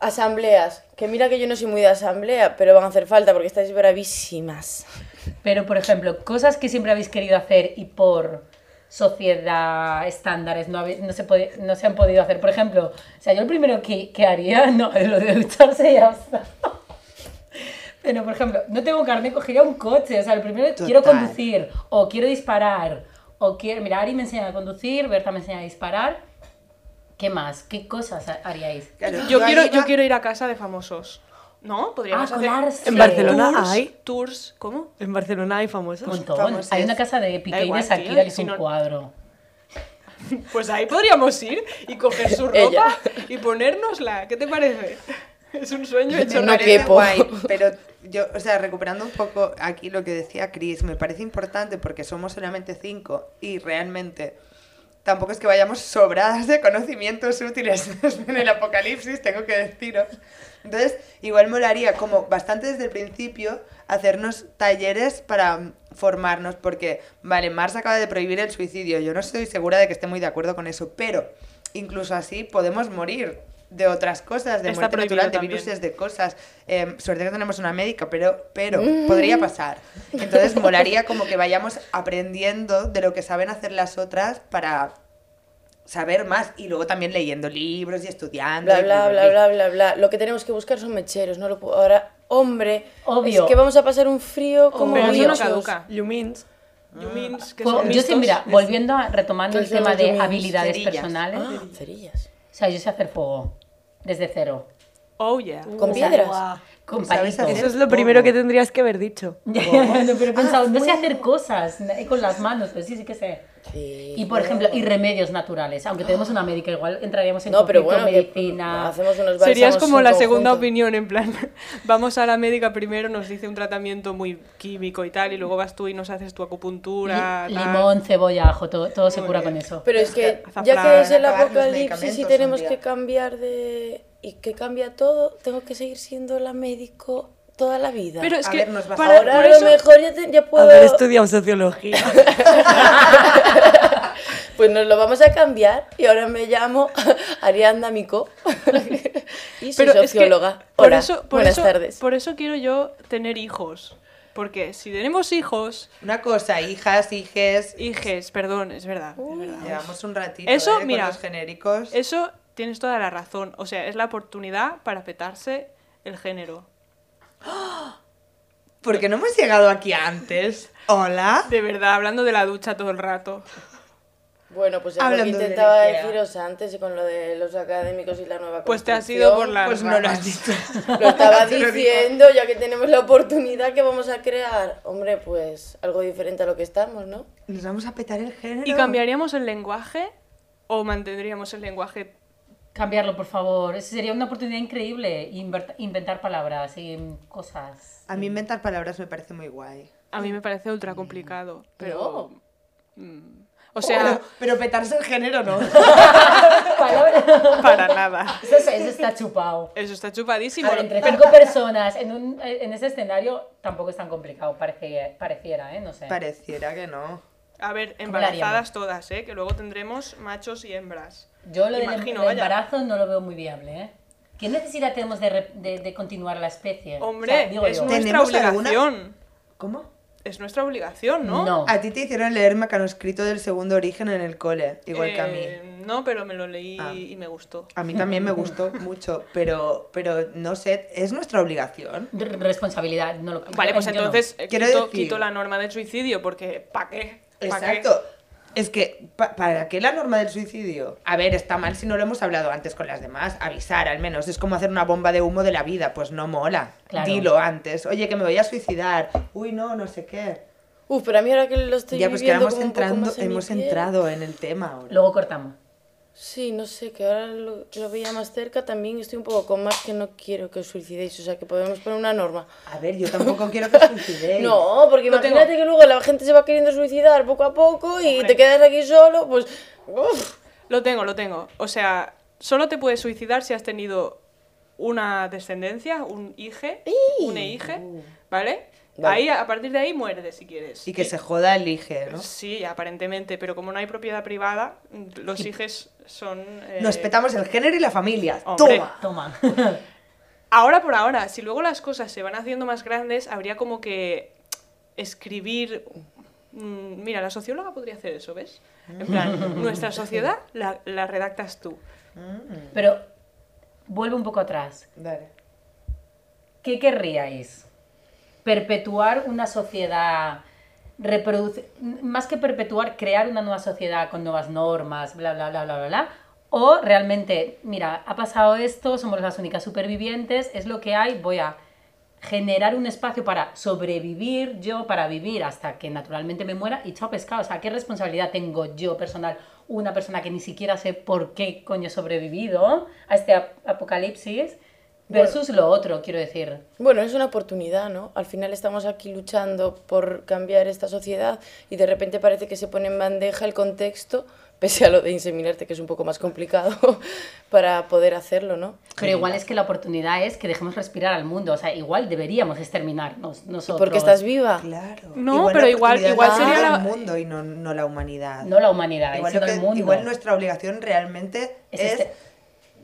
[SPEAKER 6] Asambleas. Que mira que yo no soy muy de asamblea, pero van a hacer falta porque estáis bravísimas.
[SPEAKER 4] pero por ejemplo, cosas que siempre habéis querido hacer y por sociedad estándares no, habéis- no, se, puede- no se han podido hacer. Por ejemplo, o sea, yo el primero que, que haría, no, lo de ducharse ya está. Pero por ejemplo, no tengo carnet, cogería un coche. O sea, el primero quiero
[SPEAKER 3] Total.
[SPEAKER 4] conducir, o quiero disparar, o quiero. Mira, Ari me enseña a conducir, Berta me enseña a disparar. ¿Qué más? ¿Qué cosas ha- haríais?
[SPEAKER 3] Claro,
[SPEAKER 2] Yo quiero,
[SPEAKER 3] ahí
[SPEAKER 2] yo
[SPEAKER 3] va-
[SPEAKER 2] quiero ir a casa de famosos. ¿No? Podríamos
[SPEAKER 4] Ah,
[SPEAKER 2] hacer
[SPEAKER 4] colarse.
[SPEAKER 5] En Barcelona
[SPEAKER 2] tours,
[SPEAKER 5] hay.
[SPEAKER 2] Tours, ¿cómo?
[SPEAKER 5] En Barcelona hay famosos.
[SPEAKER 4] Un montón.
[SPEAKER 3] Vamos,
[SPEAKER 4] Hay
[SPEAKER 3] es-
[SPEAKER 4] una casa de
[SPEAKER 2] Da
[SPEAKER 4] Piqué y
[SPEAKER 2] igual,
[SPEAKER 4] de
[SPEAKER 2] tío,
[SPEAKER 4] Shakira que es
[SPEAKER 2] si
[SPEAKER 4] un
[SPEAKER 2] no-
[SPEAKER 4] cuadro.
[SPEAKER 2] Pues ahí podríamos ir y coger su
[SPEAKER 6] Ella.
[SPEAKER 2] ropa y ponérnosla. ¿Qué te parece? Es un sueño hecho
[SPEAKER 6] No
[SPEAKER 3] Me parece
[SPEAKER 6] quepo.
[SPEAKER 3] guay, pero yo, o sea, recuperando un poco aquí lo que decía Chris, me parece importante porque somos solamente cinco y realmente tampoco es que vayamos sobradas de conocimientos útiles en el apocalipsis, tengo que deciros. Entonces, igual molaría como bastante desde el principio hacernos talleres para mm, formarnos, porque, vale, Mars acaba de prohibir el suicidio, yo no estoy segura de que esté muy de acuerdo con eso, pero incluso así podemos morir de otras cosas, de
[SPEAKER 2] Está
[SPEAKER 3] muerte
[SPEAKER 2] prohibido
[SPEAKER 3] natural, de
[SPEAKER 2] también.
[SPEAKER 3] viruses, de cosas. Eh, suerte que tenemos una médica, pero, pero podría pasar. Entonces molaría como que vayamos aprendiendo de lo que saben hacer las otras para saber más y luego también leyendo libros y estudiando.
[SPEAKER 6] Bla,
[SPEAKER 3] y
[SPEAKER 6] bla, bla, bla, bla, bla. Lo que tenemos que buscar son mecheros, no lo puedo... Ahora, hombre,
[SPEAKER 4] Obvio.
[SPEAKER 6] es que vamos a pasar un frío como
[SPEAKER 2] Pero eso no
[SPEAKER 6] bichos.
[SPEAKER 2] caduca.
[SPEAKER 5] You means.
[SPEAKER 2] You means que
[SPEAKER 4] Pues,
[SPEAKER 2] son
[SPEAKER 4] yo sí,
[SPEAKER 2] listos.
[SPEAKER 4] mira, volviendo a retomando el
[SPEAKER 6] Entonces,
[SPEAKER 4] tema
[SPEAKER 6] yo
[SPEAKER 4] de
[SPEAKER 6] me-
[SPEAKER 4] habilidades
[SPEAKER 3] cerillas.
[SPEAKER 4] personales.
[SPEAKER 6] Ah, cerillas.
[SPEAKER 4] O sea, yo sé hacer fuego desde cero.
[SPEAKER 2] Oh, yeah.
[SPEAKER 6] Con piedras.
[SPEAKER 4] Con
[SPEAKER 3] ¿Sabes
[SPEAKER 4] palitos.
[SPEAKER 3] hacer?
[SPEAKER 5] Eso es lo primero que tendrías que haber dicho.
[SPEAKER 4] Ya, ya, no, pero he pensado, no sé hacer cosas eh, con las manos, pero sí, sí que sé.
[SPEAKER 6] Sí.
[SPEAKER 4] Y por ejemplo, y remedios naturales. Aunque tenemos una médica, igual entraríamos en
[SPEAKER 6] No, pero
[SPEAKER 4] conflicto
[SPEAKER 6] bueno, que
[SPEAKER 4] medicina.
[SPEAKER 6] hacemos unos
[SPEAKER 2] Serías
[SPEAKER 6] bálsamos
[SPEAKER 2] como
[SPEAKER 6] en
[SPEAKER 2] la segunda
[SPEAKER 6] conjunto.
[SPEAKER 2] opinión, en plan, vamos a la médica primero, nos dice un tratamiento muy químico y tal, y luego vas tú y nos haces tu acupuntura.
[SPEAKER 4] li-
[SPEAKER 2] tal.
[SPEAKER 4] limón, cebolla, ajo, todo, todo se cura con eso.
[SPEAKER 6] Pero es que
[SPEAKER 2] Azafrán,
[SPEAKER 6] ya que es el
[SPEAKER 3] acabar los
[SPEAKER 6] apocalipsis y
[SPEAKER 3] medicamentos
[SPEAKER 6] tenemos
[SPEAKER 3] un día.
[SPEAKER 6] que cambiar de... y que cambia todo, tengo que seguir siendo la médico toda la vida.
[SPEAKER 2] Pero es
[SPEAKER 3] A
[SPEAKER 2] que
[SPEAKER 3] ver, nos va-
[SPEAKER 2] para-
[SPEAKER 6] Ahora
[SPEAKER 2] por
[SPEAKER 6] a lo
[SPEAKER 2] eso-
[SPEAKER 6] mejor ya, te- ya puedo...
[SPEAKER 5] Haber estudiado sociología.
[SPEAKER 6] Pues nos lo vamos a cambiar y ahora me llamo Arianda Mico y soy
[SPEAKER 2] pero es que
[SPEAKER 6] socióloga.
[SPEAKER 2] por
[SPEAKER 6] Hola,
[SPEAKER 2] eso, por
[SPEAKER 6] buenas
[SPEAKER 2] eso-
[SPEAKER 6] tardes.
[SPEAKER 2] Por eso quiero yo tener hijos. Porque si tenemos hijos,
[SPEAKER 3] Una cosa, hijas, hijes.
[SPEAKER 2] hijes, perdón, es verdad. es verdad.
[SPEAKER 3] Llevamos un ratito
[SPEAKER 2] Eso,
[SPEAKER 3] ¿eh? con
[SPEAKER 2] mira,
[SPEAKER 3] los genéricos.
[SPEAKER 2] Eso tienes toda la razón. O sea, es la oportunidad para petarse el género.
[SPEAKER 3] Porque no hemos llegado aquí antes. Hola.
[SPEAKER 2] De verdad, hablando de la ducha todo el rato.
[SPEAKER 6] Bueno, pues es lo que
[SPEAKER 3] Hablando de
[SPEAKER 6] intentaba
[SPEAKER 3] energía.
[SPEAKER 6] deciros antes y con lo de los académicos y la nueva
[SPEAKER 2] Pues te has
[SPEAKER 6] Constitución.
[SPEAKER 2] ido por la-
[SPEAKER 3] Pues no lo has dicho.
[SPEAKER 6] Lo estaba
[SPEAKER 3] Te lo digo.
[SPEAKER 6] diciendo, ya que tenemos la oportunidad que vamos a crear. Hombre, pues algo diferente a lo que estamos, ¿no?
[SPEAKER 3] Nos vamos a petar el género.
[SPEAKER 2] ¿Y cambiaríamos el lenguaje o mantendríamos el lenguaje?
[SPEAKER 4] Cambiarlo, por favor. Esa sería una oportunidad increíble. Inver- inventar palabras y mm, cosas.
[SPEAKER 3] A mí inventar palabras me parece muy guay.
[SPEAKER 2] A mí me parece
[SPEAKER 6] Mm.
[SPEAKER 2] ultra complicado, pero...
[SPEAKER 6] No.
[SPEAKER 2] Mm, O sea,
[SPEAKER 3] pero, pero petarse el género no.
[SPEAKER 4] Palabras.
[SPEAKER 2] para nada.
[SPEAKER 4] Eso, eso está chupado.
[SPEAKER 2] Eso está
[SPEAKER 4] A
[SPEAKER 2] chupadísimo.
[SPEAKER 4] ver, entre cinco personas en, un- en ese escenario tampoco es tan complicado, parece, pareciera, ¿eh? No sé.
[SPEAKER 3] Pareciera que no.
[SPEAKER 2] A ver,
[SPEAKER 4] ¿Cómo lo haríamos?
[SPEAKER 2] embarazadas todas, ¿eh? Que luego tendremos machos y hembras.
[SPEAKER 4] Yo lo del em-
[SPEAKER 2] Imagino,
[SPEAKER 4] del
[SPEAKER 2] vaya.
[SPEAKER 4] embarazo no lo veo muy viable, ¿eh? ¿Qué necesidad tenemos de, re- de- de continuar la especie?
[SPEAKER 2] Hombre,
[SPEAKER 4] O sea, digo
[SPEAKER 2] es
[SPEAKER 4] yo.
[SPEAKER 2] nuestra
[SPEAKER 3] ¿Tenemos alguna?
[SPEAKER 2] obligación.
[SPEAKER 3] ¿Cómo?
[SPEAKER 2] Es nuestra obligación, ¿no?
[SPEAKER 4] No.
[SPEAKER 3] A ti te hicieron leer mecanoscrito del segundo origen en el cole, igual que a mí.
[SPEAKER 2] Eh, No, pero me lo leí
[SPEAKER 3] Ah.
[SPEAKER 2] y me gustó.
[SPEAKER 3] A mí también me gustó mucho, pero, pero no sé, es nuestra obligación.
[SPEAKER 4] R- Responsabilidad, no lo
[SPEAKER 2] Vale,
[SPEAKER 4] yo-
[SPEAKER 2] pues
[SPEAKER 4] yo no.
[SPEAKER 2] entonces eh,
[SPEAKER 3] Quiero
[SPEAKER 2] quito,
[SPEAKER 3] decir-
[SPEAKER 2] quito la norma del suicidio porque ¿pa' qué? ¿Pa'
[SPEAKER 3] Exacto. Es que, pa- ¿para qué la norma del suicidio? A ver, está mal si no lo hemos hablado antes con las demás. Avisar, al menos. Es como hacer una bomba de humo de la vida. Pues no mola.
[SPEAKER 4] Claro.
[SPEAKER 3] Dilo antes. Oye, que me voy a suicidar. Uy, no, no sé qué.
[SPEAKER 6] Uf, pero a mí ahora que lo estoy
[SPEAKER 3] ya, pues que
[SPEAKER 6] viviendo
[SPEAKER 3] ahora hemos,
[SPEAKER 6] como un poco
[SPEAKER 3] entrando,
[SPEAKER 6] más en mi
[SPEAKER 3] hemos
[SPEAKER 6] piel.
[SPEAKER 3] entrado en el tema ahora.
[SPEAKER 4] Luego cortamos.
[SPEAKER 6] Sí, no sé, que ahora lo, lo veía más cerca también estoy un poco con más que no quiero que os suicidéis, o sea que podemos poner una norma.
[SPEAKER 3] A ver, yo tampoco quiero que os suicidéis.
[SPEAKER 6] No, porque
[SPEAKER 2] Lo
[SPEAKER 6] imagínate
[SPEAKER 2] tengo.
[SPEAKER 6] que luego la gente se va queriendo suicidar poco a poco y
[SPEAKER 2] Hombre.
[SPEAKER 6] te quedas aquí solo, pues... uf.
[SPEAKER 2] qué? Lo tengo, lo tengo. O sea, solo te puedes suicidar si has tenido una descendencia, un hije, un e hije,
[SPEAKER 4] Uh.
[SPEAKER 2] ¿vale?
[SPEAKER 6] Vale.
[SPEAKER 2] Ahí, a partir de ahí, mueres si quieres.
[SPEAKER 3] Y que se joda el IG, ¿no?
[SPEAKER 2] Sí, aparentemente, pero como no hay propiedad privada, los hijes son... eh,
[SPEAKER 3] Nos petamos el género y la familia.
[SPEAKER 2] hombre.
[SPEAKER 3] ¡Toma!
[SPEAKER 4] Toma.
[SPEAKER 2] Ahora por ahora, si luego las cosas se van haciendo más grandes, habría como que escribir... mm, Mira, la socióloga podría hacer eso, ¿ves? En plan, nuestra sociedad la, la redactas tú.
[SPEAKER 4] Pero vuelvo un poco atrás.
[SPEAKER 3] Dale.
[SPEAKER 4] ¿Qué querríais? ¿Perpetuar una sociedad? reproduce- Más que perpetuar, crear una nueva sociedad con nuevas normas, bla, bla, bla, bla, bla, bla. O realmente, mira, ha pasado esto, somos las únicas supervivientes, es lo que hay, voy a generar un espacio para sobrevivir yo, para vivir hasta que naturalmente me muera y chao pescado. O sea, ¿qué responsabilidad tengo yo personal, una persona que ni siquiera sé por qué coño he sobrevivido a este ap- apocalipsis, versus lo otro, quiero decir?
[SPEAKER 6] Bueno, es una oportunidad, ¿no? Al final estamos aquí luchando por cambiar esta sociedad y de repente parece que se pone en bandeja el contexto, pese a lo de inseminarte, que es un poco más complicado, para poder hacerlo, ¿no?
[SPEAKER 4] Pero igual es que la oportunidad es que dejemos respirar al mundo. O sea, igual deberíamos exterminarnos nosotros.
[SPEAKER 6] Porque estás viva.
[SPEAKER 3] Claro.
[SPEAKER 2] No, pero
[SPEAKER 3] la
[SPEAKER 2] igual-
[SPEAKER 3] oportunidad
[SPEAKER 2] igual
[SPEAKER 6] Ah.
[SPEAKER 2] sería
[SPEAKER 3] es
[SPEAKER 2] la-
[SPEAKER 3] el mundo y no, no la humanidad.
[SPEAKER 4] No la humanidad,
[SPEAKER 3] igual,
[SPEAKER 4] sino
[SPEAKER 3] lo
[SPEAKER 4] el
[SPEAKER 3] que-
[SPEAKER 4] mundo.
[SPEAKER 3] igual nuestra obligación realmente
[SPEAKER 4] Es
[SPEAKER 3] es,
[SPEAKER 4] este-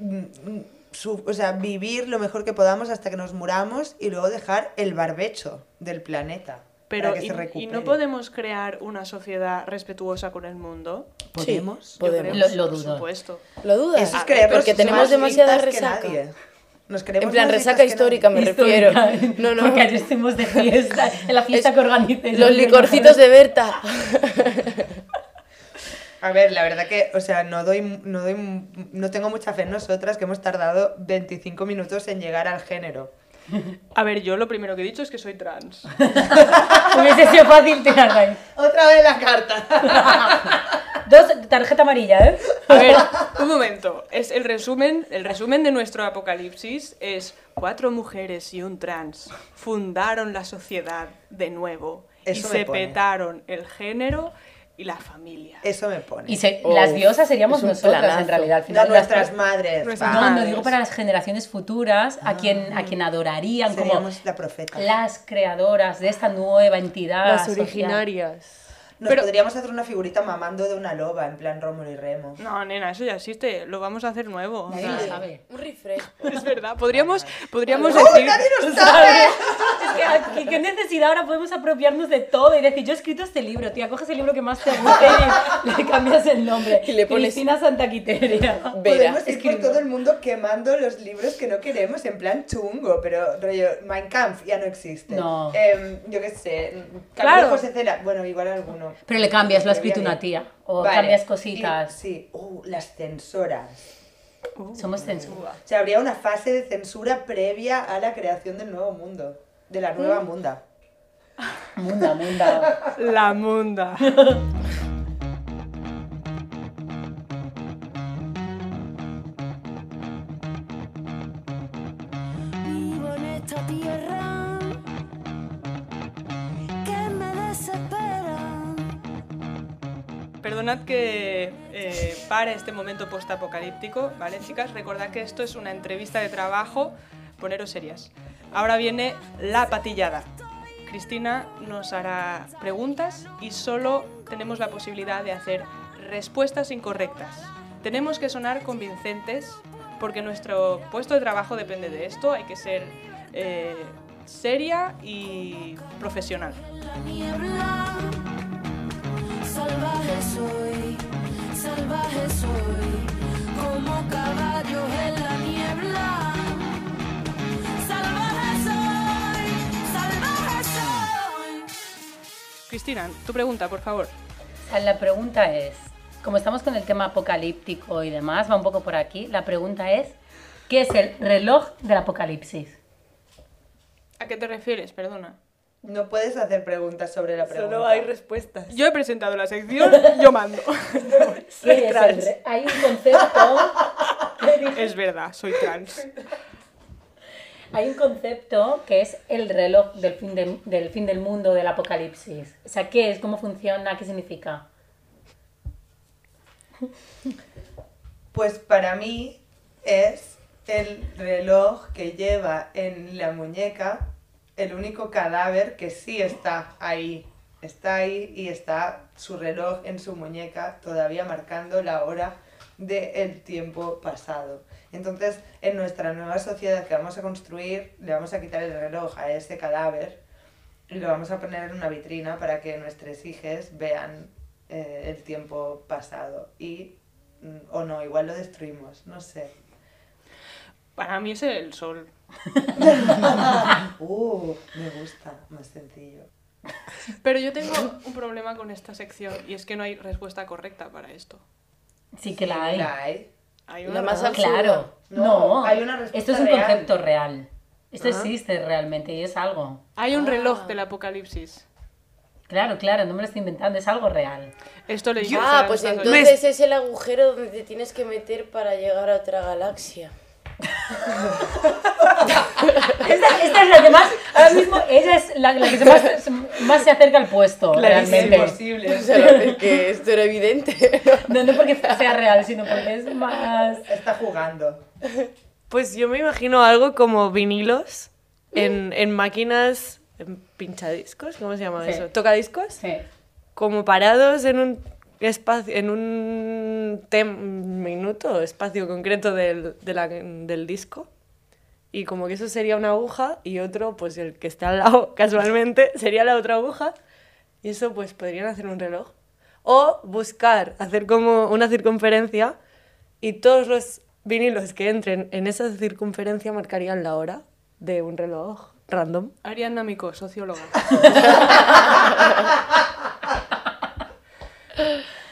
[SPEAKER 3] mm, mm, su- o sea, vivir lo mejor que podamos hasta que nos muramos y luego dejar el barbecho del planeta
[SPEAKER 2] Pero
[SPEAKER 3] para que
[SPEAKER 2] y,
[SPEAKER 3] se
[SPEAKER 2] y
[SPEAKER 3] recupere.
[SPEAKER 2] no podemos crear una sociedad respetuosa con el mundo?
[SPEAKER 3] ¿Podemos?
[SPEAKER 6] Sí, podemos.
[SPEAKER 4] Yo creo. Lo- lo
[SPEAKER 2] por
[SPEAKER 4] dudo.
[SPEAKER 2] supuesto.
[SPEAKER 6] Lo dudas. Ah,
[SPEAKER 3] Eso
[SPEAKER 2] ver,
[SPEAKER 3] es creernos
[SPEAKER 6] porque
[SPEAKER 3] más
[SPEAKER 6] tenemos demasiada
[SPEAKER 3] listas que
[SPEAKER 6] resaca.
[SPEAKER 3] nadie. Nos creemos
[SPEAKER 6] En plan,
[SPEAKER 3] más
[SPEAKER 6] resaca
[SPEAKER 3] listas que nadie.
[SPEAKER 6] histórica me refiero.
[SPEAKER 4] Histórica.
[SPEAKER 6] No, no.
[SPEAKER 4] Porque ayer estuvimos de fiesta, en la fiesta
[SPEAKER 6] Es-
[SPEAKER 4] que organicé.
[SPEAKER 6] Los licorcitos de Berta.
[SPEAKER 3] A ver, la verdad que, o sea, no doy, no doy, no tengo mucha fe en nosotras que hemos tardado 25 minutos en llegar al género.
[SPEAKER 2] A ver, yo lo primero que he dicho es que soy trans.
[SPEAKER 4] Hubiese sido fácil tirarla ahí.
[SPEAKER 3] Otra vez la carta.
[SPEAKER 4] Dos, tarjeta amarilla, ¿eh?
[SPEAKER 2] A ver, un momento. Es el resumen, el resumen de nuestro apocalipsis es cuatro mujeres y un trans fundaron la sociedad de nuevo y
[SPEAKER 3] Eso me
[SPEAKER 2] se
[SPEAKER 3] pone. Eh.
[SPEAKER 2] petaron el género y la familia.
[SPEAKER 3] Eso me pone.
[SPEAKER 4] Y se-
[SPEAKER 6] Uf,
[SPEAKER 4] las diosas seríamos
[SPEAKER 6] es un
[SPEAKER 4] nosotras,
[SPEAKER 6] planazo.
[SPEAKER 4] en realidad. Al
[SPEAKER 3] No,
[SPEAKER 4] final, las-
[SPEAKER 3] nuestras madres.
[SPEAKER 2] Nuestras
[SPEAKER 4] No,
[SPEAKER 3] va.
[SPEAKER 4] no
[SPEAKER 2] madres.
[SPEAKER 4] digo para las generaciones futuras, a quien, a quien adorarían como
[SPEAKER 3] Seríamos la profeta.
[SPEAKER 4] las creadoras de esta nueva entidad.
[SPEAKER 5] Las
[SPEAKER 4] social.
[SPEAKER 5] originarias.
[SPEAKER 3] Nos
[SPEAKER 2] Pero-
[SPEAKER 3] podríamos hacer una figurita mamando de una loba, en plan Rómulo y Remo.
[SPEAKER 2] No, nena, eso ya existe, lo vamos a hacer nuevo. o
[SPEAKER 4] Nadie
[SPEAKER 2] sea,
[SPEAKER 4] lo sabe.
[SPEAKER 6] Un refresco.
[SPEAKER 2] es verdad, podríamos, podríamos decir...
[SPEAKER 4] Es que aquí, qué necesidad ahora podemos apropiarnos de todo y decir, yo he escrito este libro, tía, coges el libro que más te guste y le cambias el nombre.
[SPEAKER 6] Y le pones-
[SPEAKER 4] Cristina Santa Quiteria.
[SPEAKER 6] Vera.
[SPEAKER 3] Podemos ir
[SPEAKER 4] es que
[SPEAKER 3] por
[SPEAKER 4] no.
[SPEAKER 3] todo el mundo quemando los libros que no queremos, en plan chungo, pero rollo, Mein Kampf ya no existe.
[SPEAKER 4] No.
[SPEAKER 3] Em, yo qué sé,
[SPEAKER 2] Claro.
[SPEAKER 3] claro. José Cela, bueno, igual alguno.
[SPEAKER 4] Pero le cambias, lo ha
[SPEAKER 3] Pero
[SPEAKER 4] escrito
[SPEAKER 3] bien,
[SPEAKER 4] una
[SPEAKER 3] bien.
[SPEAKER 4] tía. O
[SPEAKER 3] Vale.
[SPEAKER 4] cambias cositas.
[SPEAKER 3] Y- sí, uh, las censoras.
[SPEAKER 4] Somos censura.
[SPEAKER 3] O sea, habría una fase de censura previa a la creación del nuevo mundo, de la
[SPEAKER 4] Mm.
[SPEAKER 3] nueva munda.
[SPEAKER 4] Munda, munda.
[SPEAKER 2] La munda.
[SPEAKER 7] vivo en esta tierra que me desespera.
[SPEAKER 2] Perdonad que eh, pare este momento postapocalíptico, ¿vale, chicas? Recordad que esto es una entrevista de trabajo, poneros serias. Ahora viene la patillada. Cristina nos hará preguntas y solo tenemos la posibilidad de hacer respuestas incorrectas. Tenemos que sonar convincentes porque nuestro puesto de trabajo depende de esto, hay que ser eh, seria y profesional.
[SPEAKER 7] La niebla, salvaje soy, salvaje soy, como caballo en la niebla. Salvaje soy, salvaje soy.
[SPEAKER 2] Cristina, tu pregunta, por favor.
[SPEAKER 4] O sea, la pregunta es, como estamos con el tema apocalíptico y demás, va un poco por aquí, la pregunta es, ¿qué es el reloj del apocalipsis?
[SPEAKER 2] ¿A qué te refieres? Perdona.
[SPEAKER 3] No puedes hacer preguntas sobre la pregunta.
[SPEAKER 5] respuestas.
[SPEAKER 2] Yo he presentado la sección, yo mando.
[SPEAKER 4] ¿Qué es el re- Hay un concepto,
[SPEAKER 2] es verdad, soy trans.
[SPEAKER 4] hay un concepto que es el reloj del fin, de- del fin del mundo, del apocalipsis. O sea, ¿qué es? ¿Cómo funciona? ¿Qué significa?
[SPEAKER 3] Pues para mí es el reloj que lleva en la muñeca el único cadáver que sí está ahí. Está ahí y está su reloj en su muñeca todavía marcando la hora del tiempo pasado. Entonces, en nuestra nueva sociedad que vamos a construir, le vamos a quitar el reloj a ese cadáver y lo vamos a poner en una vitrina para que nuestros hijos vean eh, el tiempo pasado. Y, mm, o no, igual lo destruimos, no sé.
[SPEAKER 2] Para mí es el sol.
[SPEAKER 3] Uh, me gusta, más sencillo.
[SPEAKER 2] Pero yo tengo un problema con esta sección y es que no hay respuesta correcta para esto.
[SPEAKER 4] Sí que la hay.
[SPEAKER 3] La hay.
[SPEAKER 2] Hay
[SPEAKER 6] La
[SPEAKER 2] una
[SPEAKER 6] más
[SPEAKER 2] ¿no?
[SPEAKER 6] abs-
[SPEAKER 4] Claro.
[SPEAKER 3] No,
[SPEAKER 4] No,
[SPEAKER 3] hay una respuesta
[SPEAKER 4] esto es un
[SPEAKER 3] real.
[SPEAKER 4] concepto real. Ah. Esto existe realmente y es algo.
[SPEAKER 2] Hay
[SPEAKER 6] Ah.
[SPEAKER 2] un reloj del apocalipsis.
[SPEAKER 4] Claro, claro, no me lo estoy inventando, es algo real.
[SPEAKER 2] Esto le dijimos a
[SPEAKER 6] Ah,
[SPEAKER 2] la
[SPEAKER 6] pues
[SPEAKER 2] Anastasia.
[SPEAKER 6] entonces es el agujero donde te tienes que meter para llegar a otra galaxia.
[SPEAKER 4] Esta, esta es la que más, ahora mismo ella es la, la que se más, más se acerca al puesto,
[SPEAKER 2] Clarísimo.
[SPEAKER 4] realmente.
[SPEAKER 3] imposible.
[SPEAKER 6] O sea, es que esto era evidente.
[SPEAKER 4] No, no porque sea real, sino porque es más...
[SPEAKER 3] Está jugando.
[SPEAKER 5] Pues yo me imagino algo como vinilos en, en máquinas en pinchadiscos, ¿cómo se llama
[SPEAKER 4] Sí.
[SPEAKER 5] eso? ¿Tocadiscos?
[SPEAKER 4] Sí.
[SPEAKER 5] Como parados en un espacio, en un tem- minuto, espacio concreto del, de la- del disco. Y como que eso sería una aguja y otro, pues el que está al lado casualmente, sería la otra aguja. Y eso pues podrían hacer un reloj. O buscar, hacer como una circunferencia y todos los vinilos que entren en esa circunferencia marcarían la hora de un reloj random.
[SPEAKER 2] Ariadna Mico, socióloga.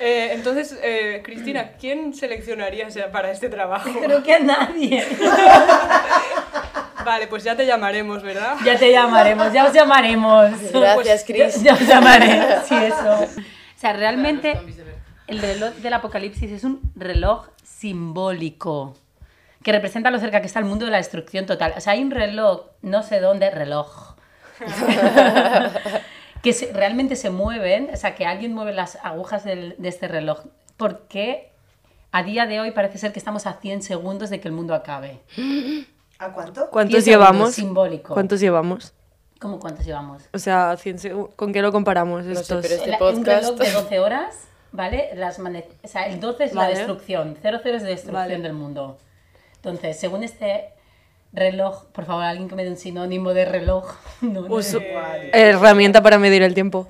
[SPEAKER 2] Eh, entonces, eh, Cristina, ¿quién seleccionarías ya para este trabajo?
[SPEAKER 4] Creo que a nadie.
[SPEAKER 2] Vale, pues ya te llamaremos, ¿verdad?
[SPEAKER 4] Ya te llamaremos, ya os llamaremos.
[SPEAKER 6] Gracias, Chris.
[SPEAKER 4] Ya, ya os llamaré, sí, eso. O sea, realmente el reloj del apocalipsis es un reloj simbólico que representa lo cerca que está el mundo de la destrucción total. O sea, hay un reloj, no sé dónde, reloj, que se- realmente se mueven, o sea, que alguien mueve las agujas del- de este reloj. Porque a día de hoy parece ser que estamos a 100 segundos de que el mundo acabe.
[SPEAKER 3] ¿A cuánto?
[SPEAKER 4] Cien segundos,
[SPEAKER 5] ¿Cuántos llevamos?
[SPEAKER 4] simbólico.
[SPEAKER 5] ¿Cuántos llevamos?
[SPEAKER 4] ¿Cómo cuántos llevamos?
[SPEAKER 5] O sea, 100 segu- ¿con qué lo comparamos
[SPEAKER 6] sé,
[SPEAKER 5] estos?
[SPEAKER 6] pero es- este
[SPEAKER 4] La- Un
[SPEAKER 6] podcast.
[SPEAKER 4] reloj de 12 horas, ¿vale? Las mane- o sea, el 12 es
[SPEAKER 5] Vale.
[SPEAKER 4] la destrucción, 00 es destrucción
[SPEAKER 5] Vale.
[SPEAKER 4] del mundo. Entonces, según este reloj, por favor, alguien que me dé un sinónimo de reloj. No, no.
[SPEAKER 5] Uso-
[SPEAKER 3] Vale.
[SPEAKER 5] Herramienta para medir el tiempo.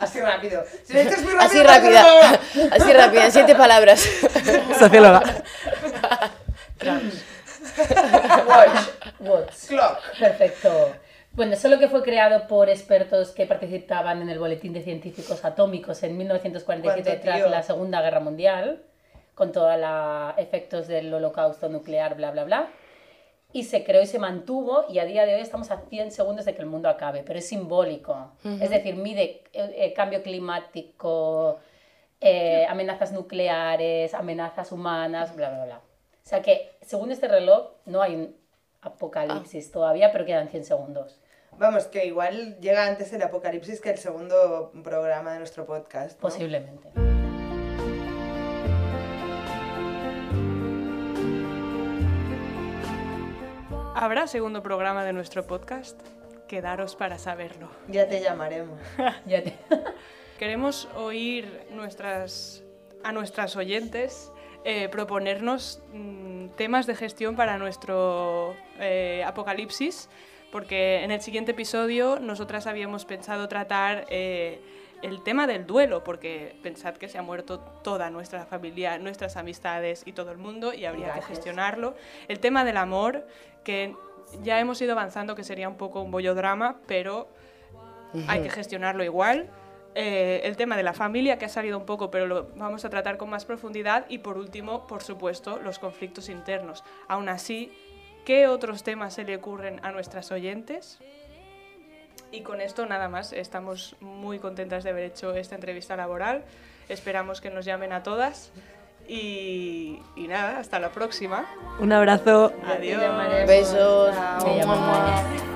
[SPEAKER 3] Así rápido. Si lo dices muy rápido,
[SPEAKER 6] Así
[SPEAKER 3] no te
[SPEAKER 6] rápida,
[SPEAKER 3] acuerdo.
[SPEAKER 6] así rápida, en siete palabras.
[SPEAKER 5] Socióloga.
[SPEAKER 4] Watch. Watch.
[SPEAKER 3] Clock.
[SPEAKER 4] Perfecto. Bueno, solo que fue creado por expertos que participaban en el Boletín de Científicos Atómicos en 1947
[SPEAKER 3] Cuánto, tío.
[SPEAKER 4] tras la Segunda Guerra Mundial, con todos los efectos del holocausto nuclear, bla, bla, bla. Y se creó y se mantuvo y a día de hoy estamos a 100 segundos de que el mundo acabe, pero es simbólico. Es decir, mide eh, eh, cambio climático, eh, amenazas nucleares, amenazas humanas, bla, bla, bla. O sea que, según este reloj, no hay un apocalipsis todavía, pero quedan 100 segundos.
[SPEAKER 3] Vamos, que igual llega antes el apocalipsis que el segundo programa de nuestro podcast. ¿no?
[SPEAKER 4] Posiblemente.
[SPEAKER 2] ¿Habrá segundo programa de nuestro podcast? Quedaros para saberlo.
[SPEAKER 3] Ya te llamaremos.
[SPEAKER 4] Ya te-
[SPEAKER 2] Queremos oír nuestras, a nuestras oyentes eh, proponernos mm, temas de gestión para nuestro eh, apocalipsis, porque en el siguiente episodio nosotras habíamos pensado tratar eh, el tema del duelo, porque pensad que se ha muerto toda nuestra familia, nuestras amistades y todo el mundo, y habría que
[SPEAKER 4] Gracias.
[SPEAKER 2] gestionarlo. El tema del amor, que ya hemos ido avanzando, que sería un poco un bollodrama, pero hay que gestionarlo igual. Eh, el tema de la familia, que ha salido un poco, pero lo vamos a tratar con más profundidad. Y por último, por supuesto, los conflictos internos. Aún así, ¿qué otros temas se le ocurren a nuestras oyentes? Y con esto nada más, estamos muy contentas de haber hecho esta entrevista laboral. Esperamos que nos llamen a todas. Y, y nada, hasta la próxima.
[SPEAKER 5] Un abrazo.
[SPEAKER 2] Adiós.
[SPEAKER 6] Besos.
[SPEAKER 4] Me llamo
[SPEAKER 6] Mua, mua.
[SPEAKER 4] Maña.